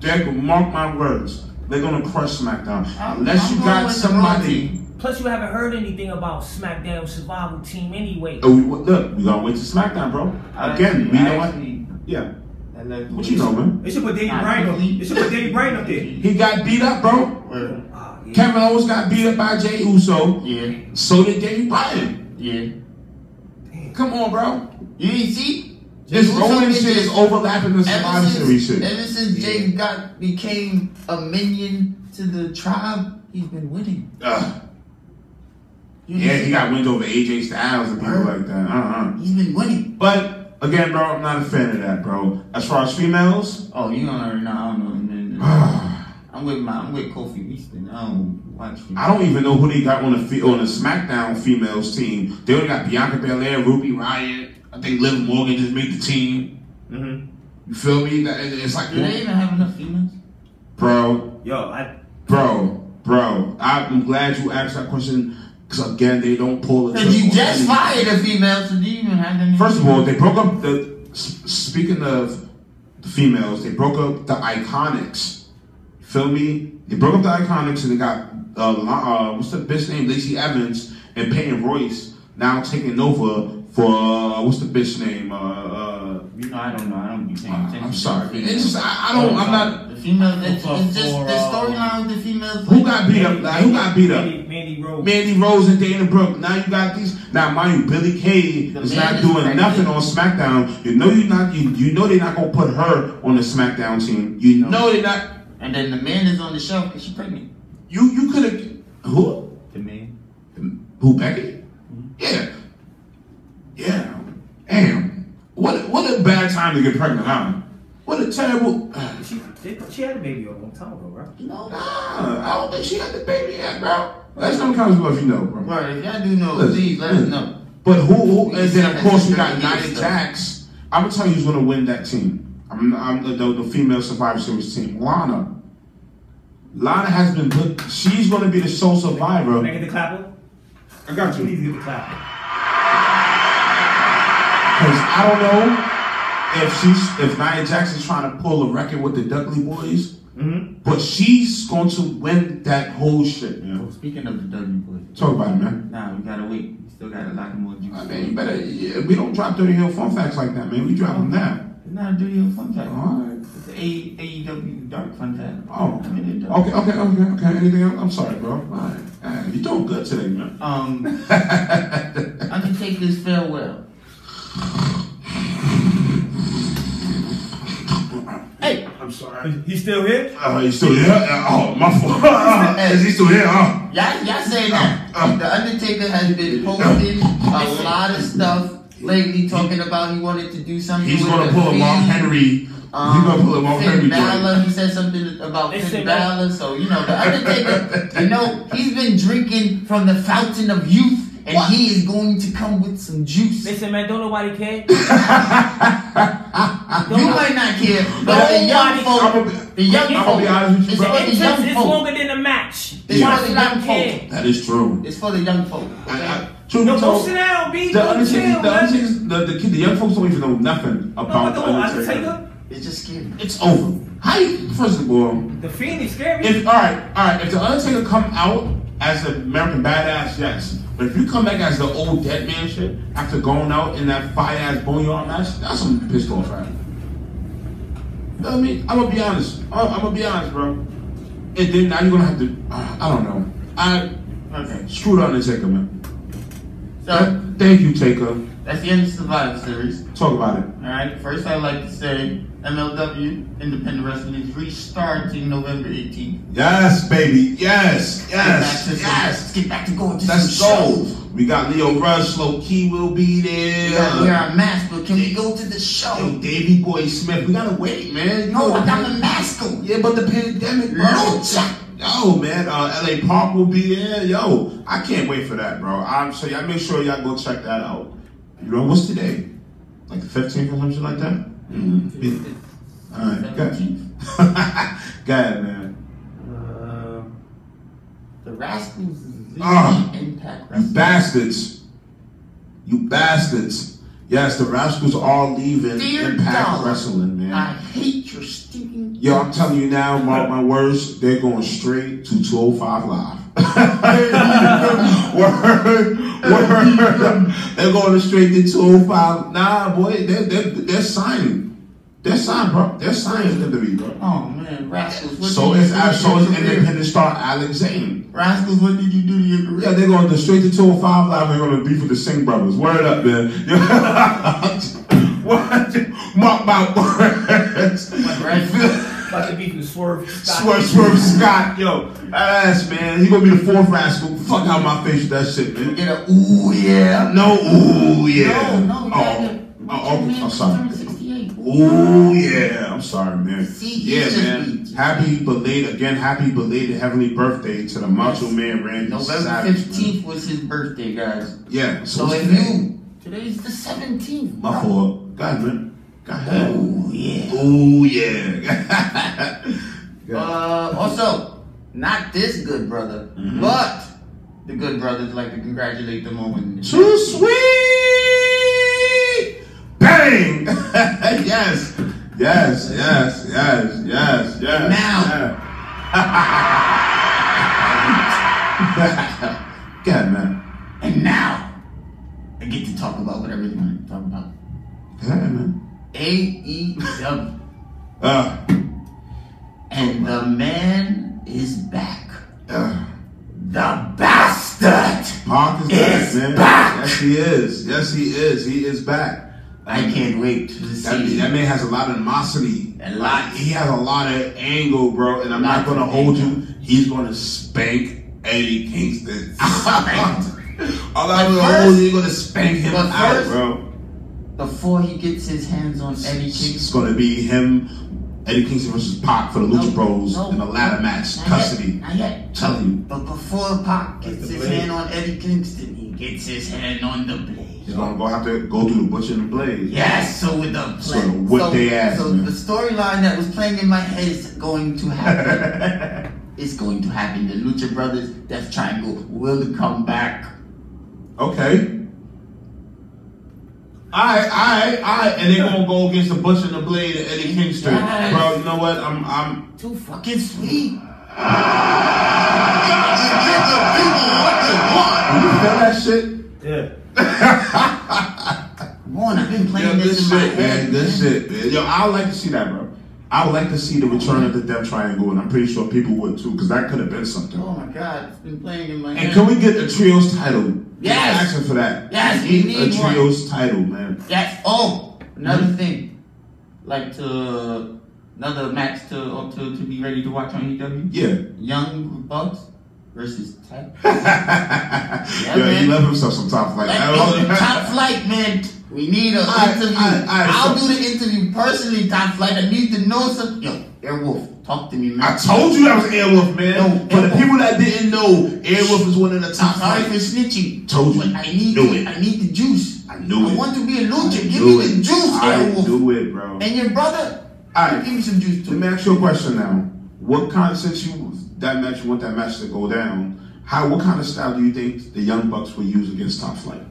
They're gonna mark my words. They're gonna crush SmackDown.
I'm-
Unless
I'm
you
going
got
with the Raw
somebody.
team.
Plus, you haven't heard anything about SmackDown Survival Team anyway.
Oh, we- look, we gotta wait to SmackDown, bro. Again, we know what?
Actually,
Yeah.
actually,
What you know, man?
They should put Dave
I
Bryan up.
believe-
They should put Dave Bryan up there.
He got beat up, bro.
Word.
Ah, yeah.
Kevin Owens got beat up by Jay Uso.
Yeah,
So did Daniel Bryan.
yeah.
Come on, bro.
You ain't see?
This
Uso
Roman
did
shit
this
is overlapping the
Ever
Survivor Series
since,
shit.
ever since Jay got became a minion to the tribe, he's been winning.
Ugh.
You
Yeah,
know,
he got wins over AJ Styles and people like that. Uh-uh.
he's been winning.
But again, bro, I'm not a fan of that, bro. As far as females,
Oh, you don't already know. I don't know. Man, I'm with my. I'm with Kofi Easton. I don't watch. him.
I don't even know who they got on the fe- on the SmackDown females team. They only got Bianca Belair, Ruby Riot. I think Liv Morgan just made the team. You feel me? That- it- It's like,
Do Mm-hmm. they even have enough females?
bro,
Yo, I,
Bro, bro, I'm glad you asked that question because again, they don't pull the
Cause you
trigger on
just
anything.
fired a female, so do you even have them?
First of all, they broke up the. s- Speaking of the females, they broke up the Iconics. Feel me? They broke up the Iconics and they got uh, La- uh what's the bitch name? Lacey Evans and Peyton Royce now taking over for uh, what's the bitch name? Uh, uh,
you know, I don't know. I don't be paying attention.
I'm
to
sorry, man.
the
It's just
females.
I, I don't. I'm not.
The females. It's,
Look
it's just
for,
the
uh,
storyline with the females.
Who got beat up? Like, who got beat up?
Mandy, Mandy Rose.
Mandy Rose and Dana Brooke. Now you got these. Now mind you, Billy Kay
The
is
man
not
is
doing
pregnant.
nothing on SmackDown. You know you not. You, you know they're not gonna put her on the SmackDown team. You
No.
know they're not.
And then the man is on the shelf because she's pregnant.
You you could have who
The man. Mm-hmm.
who Becky? Yeah, yeah. Damn. What what a bad time to get pregnant, huh? What a terrible.
She, they- she had a baby a long time ago, right?
No, nah, I don't think she had the baby yet, bro. That's no kind of love you know, bro.
Right. If y'all do know,
Listen,
please let us
listen.
know.
But who, who and then of course we got
Yeah,
Nia
so-
Jax. I would tell you who's gonna win that team. I'm, I'm the, the, the female Survivor Series team. Lana. Lana has been put. She's gonna be the sole
Can I
survivor.
get the clapper?
I got
Please get the clapper.
Because I don't know if she's if Nia Jax is trying to pull a record with the Dudley Boys,
Mm-hmm.
but she's going to win that whole shit, man.
Speaking of the W boys,
Talk about it, man.
nah, we gotta wait. We still got a lot more juice.
I mean, you better. yeah, we don't drop dirty hill fun facts like that, man. We drop them down.
It's not a dirty fun fact.
All right.
It's a AEW dark fun fact.
Oh,
I mean, they're dark.
okay, okay, okay, okay. Anything else? I'm sorry, bro. All right. All right. You're doing good today, man.
Um, I can take this farewell. Hey,
I'm sorry.
He's still here?
Uh, you still here? Uh, oh, my fault. Is he still here? Oh. Huh?
y'all, y'all saying that
Um,
the Undertaker has been posting a lot of stuff lately, talking about he wanted to do something.
He's
with
gonna
the
pull a
Fiend.
Mark Henry.
Um,
He's gonna pull a Mark
Finn
Henry
Balor,
joint.
he said something about
They
Finn
said that.
Balor, so you know the Undertaker. you know he's been drinking from the fountain of youth, and
What?
he is going to come with some juice.
Listen, man, don't nobody care.
You
Don't nobody-
might not care, but the young
Nobody-
I'ma
folk,
be-
the young
I'ma
folk,
be honest with you,
it's
bro.
for the
It
young
takes, it's
folk.
longer than a match.
It's
Yeah.
for the young folk.
Care.
That is true.
It's for the young folk.
I, I, truth
No,
be
go
told,
sit down, B.
the
Go
Undertaker,
chill,
the,
man.
Undertaker, the, the, kid, the young folks don't even know nothing
No, but
about
the
the Undertaker.
Undertaker,
It's just scary.
It's over. How you, first of all,
the Fiend is scary.
if, alright, alright, if the Undertaker come out as an American badass, yes. But if you come back as the old dead man shit after going out in that fire ass boneyard match, that's some pissed off at. You know what I mean? I'm gonna be honest. I'm, I'm gonna be honest, bro. And then now you're gonna have to. Uh, I don't know. I okay. Screwed Undertaker, man.
So
Thank you, Taker.
that's the end of Survivor Series.
Talk about it.
All right. First, I'd like to say MLW Independent Wrestling is restarting November 18th.
Yes, baby. Yes,
Get back to
yes,
some-
yes.
Let's get back to going to
Let's
some
go.
shows.
We got Leo Rush, Low Key will be there.
We gotta wear our mask, but can we go to the
Yo,
show?
Oh, Davy Boy Smith. We gotta wait, man. You
No,
know,
I'm a mask. on.
Yeah, but the pandemic, bro.
Lucha.
Yo, man, uh, LA Park will be there. Yo, I can't wait for that, bro. I'm so y'all make sure y'all go check that out. You know what's today? Like the 15th or something like that. Mm-hmm. All right, got you. got it, man.
Uh, the Rascals is the
Ah.
Impact
You
Wrestling.
bastards! You bastards! Yes, the Rascals are leaving
Dear
Impact
God,
Wrestling, man.
I hate your stinking.
Yo, I'm telling you now, mark my words, they're going straight to 205 Live. word, word. They're going straight to 205. Nah, boy, they're, they're, they're signing. They're signing, bro. They're signing WWE, bro.
Oh man, Rascals. What
So
did
is,
you do to
so is
your career?
independent star Alex Zane.
Rascals, what did you do to your career?
Yeah, they're going to straight to 205 Live. They're going to beef with the Singh brothers. Word up, man. what? Mark my words.
About to be from Swerve. Scott.
Swerve, Swerve Scott, yo, that ass man, he gonna be the fourth rascal. Fuck out my face with that shit, man.
Get a ooh yeah.
No, ooh yeah.
No, no, we gotta
oh,
get.
oh, oh, I'm sorry.
sorry.
Ooh yeah, I'm sorry, man.
See, you
Yeah,
just
man.
need-
Happy belated again. Happy belated heavenly birthday to the Macho Man Randy
November
Savage. man.
fifteenth was his birthday, guys.
Yeah.
So
what's
if
today?
you today's the seventeenth.
My fault. God, man. God.
Ooh yeah.
Ooh yeah. God.
Uh, also, not this good brother, but the good brothers like to congratulate them on winning.
Too sweet! Bang! yes, yes, yes, yes, yes, yes.
Now.
Yeah. God, man.
And now, I get to talk about what I really want to talk about. E
Yeah, man.
AEW.
Uh,
and the man is back.
uh,
The bastard!
Park is
Is
back, man.
back.
Yes, he is. Yes, he is. He is back.
I can't wait to
That,
see
that man has a lot of animosity.
A lot.
He has a lot of angle, bro. And I'm not
Lots
gonna
of
hold
anger.
you. He's gonna spank Eddie Kingston. All
But
I'm gonna
first-
hold you. You're gonna spank him
but
out,
first-
bro.
before he gets his hands on Eddie Kingston.
It's gonna be him, Eddie Kingston versus Pac for the Lucha
No,
Bros
no,
in a ladder
no,
match,
not
custody.
Yet, not yet.
Telling you,
But before Pac gets his hand on Eddie Kingston, he gets his hand on the blade.
he's gonna go have to go through the butcher and the blade.
Yes, so with the
So whip they ass,
so
man.
the storyline that was playing in my head is going to happen. it's going to happen. The Lucha Brothers Death Triangle will come back.
Okay. Alright, alright, alright, and they're gonna go against the Butcher and the Blade and Eddie Kingston.
Yes.
Bro, you know what? I'm I'm
Too fucking sweet. Give the people what they want.
you feel that shit?
Yeah.
Come on, I've been playing
Yeah,
this,
good
in my
shit,
head.
man. Good shit, man. Yo, I would like to see that, bro. I would like to see the return of the Death Triangle, and I'm pretty sure people would too, because that could have been something.
Oh my god, it's been playing in my
And
head.
can we get the trios title?
Yes.
Action for that.
Yes, we
we
need
a
one.
trios title, man.
That's oh another
Hmm?
thing. Like to another match to or to, to be ready to watch on EW.
Yeah.
Young Bucks versus Top.
yeah,
man.
he left himself sometimes like
Like,
oh.
oh, top flight, man. We need an
Alright,
interview.
alright, alright,
I'll
so-
do the interview personally, top flight. I need to know some. Yo, Airwolf, talk to me, man.
I told you that was Airwolf, man.
No,
For the
Airwolf.
people that didn't know, Airwolf is one of the top
I'm sorry for
five.
snitching.
Told you.
But I need
Knew
the,
it.
I need the juice.
I knew
I
it.
want to be a lucha. Give
Do
me the
it.
juice,
I
Airwolf.
do it, bro.
And your brother.
Alright.
Give me some juice
Let
too.
me ask you a question now. What kind of since you that match you want that match to go down? How what kind of style do you think the Young Bucks will use against Top Flight?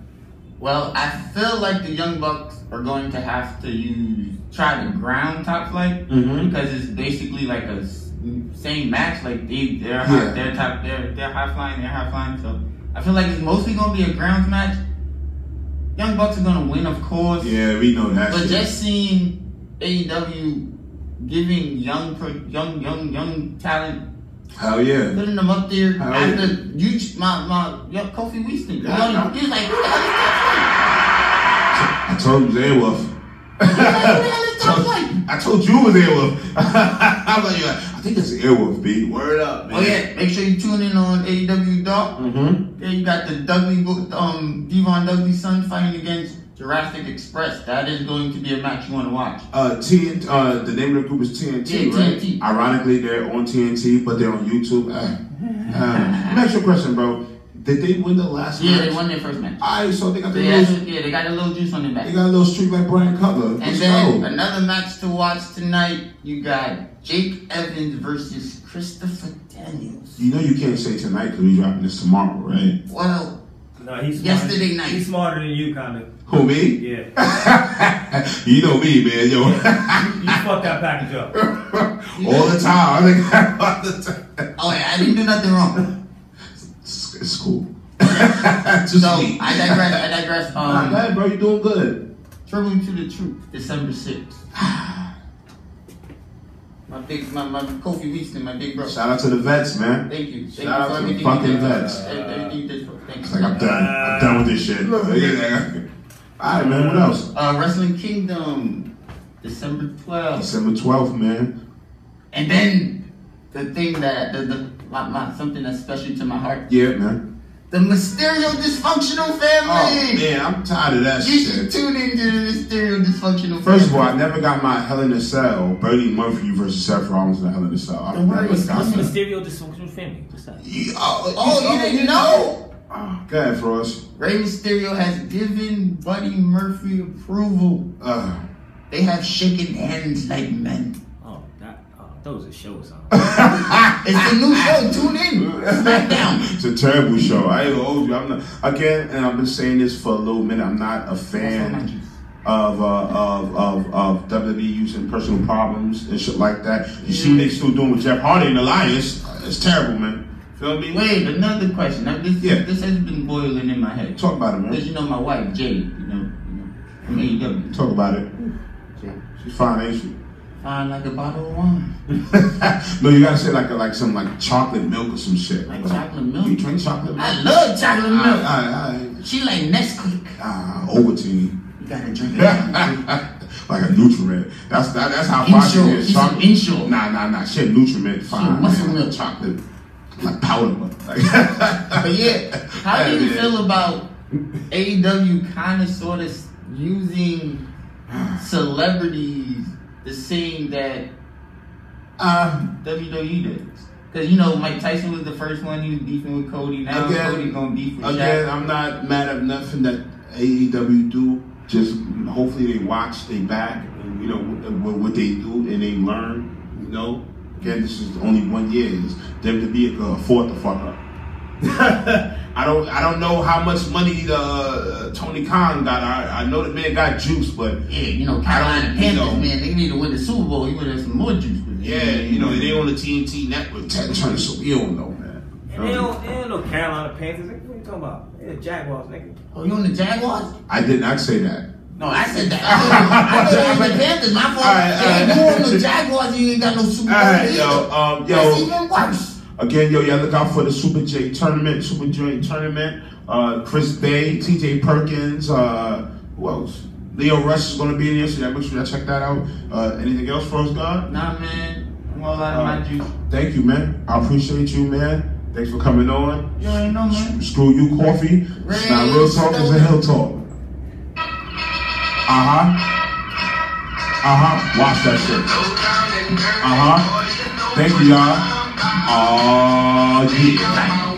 Well, I feel like the Young Bucks are going to have to use try to ground Top Flight
Mhm.
because it's basically like a s- same match. Like they, they're
Yeah.
high, they're top, they're they're high flying, they're high flying. So I feel like it's mostly gonna be a grounds match. Young Bucks are gonna win, of course.
Yeah, we know that
But
shit.
just seeing AEW giving young, pro- young, young, young talent,
Hell yeah.
putting them up there
Oh,
after
yeah.
you, my, my, yo, Kofi Winston. You
Yeah, I
know,
know.
he was like, who the hell
I
is that?
told you it was Airwolf.
Like, who the hell is Top Flight?
I told you it was Airwolf. I was like, yeah, I think that's Airwolf, B. Word up, man.
Oh yeah, make sure you tune in on AEW Dark.
Mm-hmm.
Yeah, you got the Dudley, Bo- um, Devon Dudley's son fighting against Jurassic Express. That is going to be a match you want to watch.
Uh, TN, uh, the name of the group is TNT,
Yeah,
right?
TNT.
Ironically, they're on TNT, but they're on YouTube. Uh, uh, next your question, bro. Did they win the last
Yeah,
match?
they won their first match.
All right, so they got the
They
little,
actually- yeah, they got a little juice on their back.
they got a Oh. little streak like Brian Cutler.
And
Let's
then
go.
another match to watch tonight. You got Jake Evans versus Christopher Daniels.
You know you can't say tonight because we dropping this tomorrow, right?
Well,
No, he's smarter-
Yesterday night.
He's smarter than you, kind of.
Who me?
Yeah.
you know me, man. Yo,
you fucked that package up.
all the time. I think all the time.
oh yeah, I didn't do nothing wrong.
It's, it's cool. Just
So
me.
I digress. I digress.
Nah, go
Um,
ahead, bro. You doing good?
Tribute to the Truth, December sixth. My big, my, my Kofi Winston, my big bro.
Shout out to the vets, man.
Thank you. Thank
Shout out
you
to
for
the
everything.
fucking
you did.
vets.
Everything you did for. Thanks.
It's like I'm done. I'm done with this shit. all right, man. What else?
Uh, Wrestling Kingdom, December twelfth.
December twelfth, man.
And then the thing that the, the my, my, something that's special to my heart.
Yeah, man.
The Mysterio Dysfunctional
Oh
Family.
man, I'm tired of that
you
shit.
should tune into the Mysterio Dysfunctional
First of all, I
Family.
never got my Hell in a Cell, Bernie Murphy versus Seth Rollins in the Hell in a Cell. I
Don't worry,
never
it's-
got
it's
that.
Mysterio dysfunctional family. What's that?
You- Oh,
oh, you didn't know?
Oh, go ahead, Frost.
Rey Mysterio has given Buddy Murphy approval.
Uh,
They have shaken hands like men.
Oh, that. Oh, that was a show or something.
Ah, It's a new show. Tune in. Smackdown.
it's a terrible show. I even owed you. I'm not again, and I've been saying this for a little minute. I'm not a
That's what
fan
I'm-
of uh, of of of WWE using personal problems and shit like that. You see what they still doing with Jeff Hardy and Elias? It's terrible, man. Feel me?
Wait, another question. Now, this,
Yeah.
this has been boiling in my head.
Talk about it,
Because
man.
you know my wife, Jade, you know, you know from E AEW.
Talk about it.
Jade.
She's fine, ain't she?
Fine like a bottle of wine.
no, you gotta say like a, like some like chocolate milk or some shit.
Like chocolate milk?
You drink chocolate milk?
I love chocolate
All
milk.
right, all right, all right.
She like Nesquik.
Ah, Ovaltine.
You gotta drink it.
like a nutriment. That's that, that's how
Insure.
fine it is.
It's an
Choc-
insure.
Nah, nah, nah. Shit, nutriment. Fine.
muscle
man.
milk.
chocolate, like powder milk. Like-
But yeah, how do you
Yeah.
feel about E AEW kind of sort of using celebrities the same that
Uh,
um, WWE does? Because E you know Mike Tyson was the first one. He was beefing with Cody. Now
Again.
Cody gonna beef with
again,
Shaq.
I'm not mad at nothing that AEW do. Just hopefully they watch, they back, and you know what, what they do, and they learn. You know, again, this is only one year. It's them to be could afford to fuck up. I don't I don't know how much money the uh, Tony Khan got. I, I know the man got juice, but
Yeah, you know
I
Carolina
don't- you
Panthers,
know.
man. They need to win the Super Bowl. He would have some more juice. with it.
yeah, you know they on the TNT network. Ted Turner, so we don't know, man.
And they don't, they don't know Carolina Panthers. Nigga. What are you talking about? They're Jaguars, nigga.
Oh, you on the Jaguars?
I did not say that.
No, I said that. I thought it was the Panthers. My fault.
All right, all right.
Yeah, you on the Jaguars, you ain't got no Super Bowl.
Alright,
either.
yo, um,
That's
yo.
even worse.
Again, yo, y'all look out for the Super J tournament, Super J tournament. Uh, Chris Bay, TJ Perkins, uh, who else? Leo Rush is gonna be in there, so y'all make sure y'all check that out. Uh, anything else for us, God?
Nah, man. I'm all out of my juice.
Thank you, man. I appreciate you, man. Thanks for coming on.
You already know, man.
Screw you, coffee. It's not real talk, it's a hill talk. Uh huh. Uh huh. Watch that shit. Uh-huh. Uh huh. Thank you, y'all. Oh, yeah.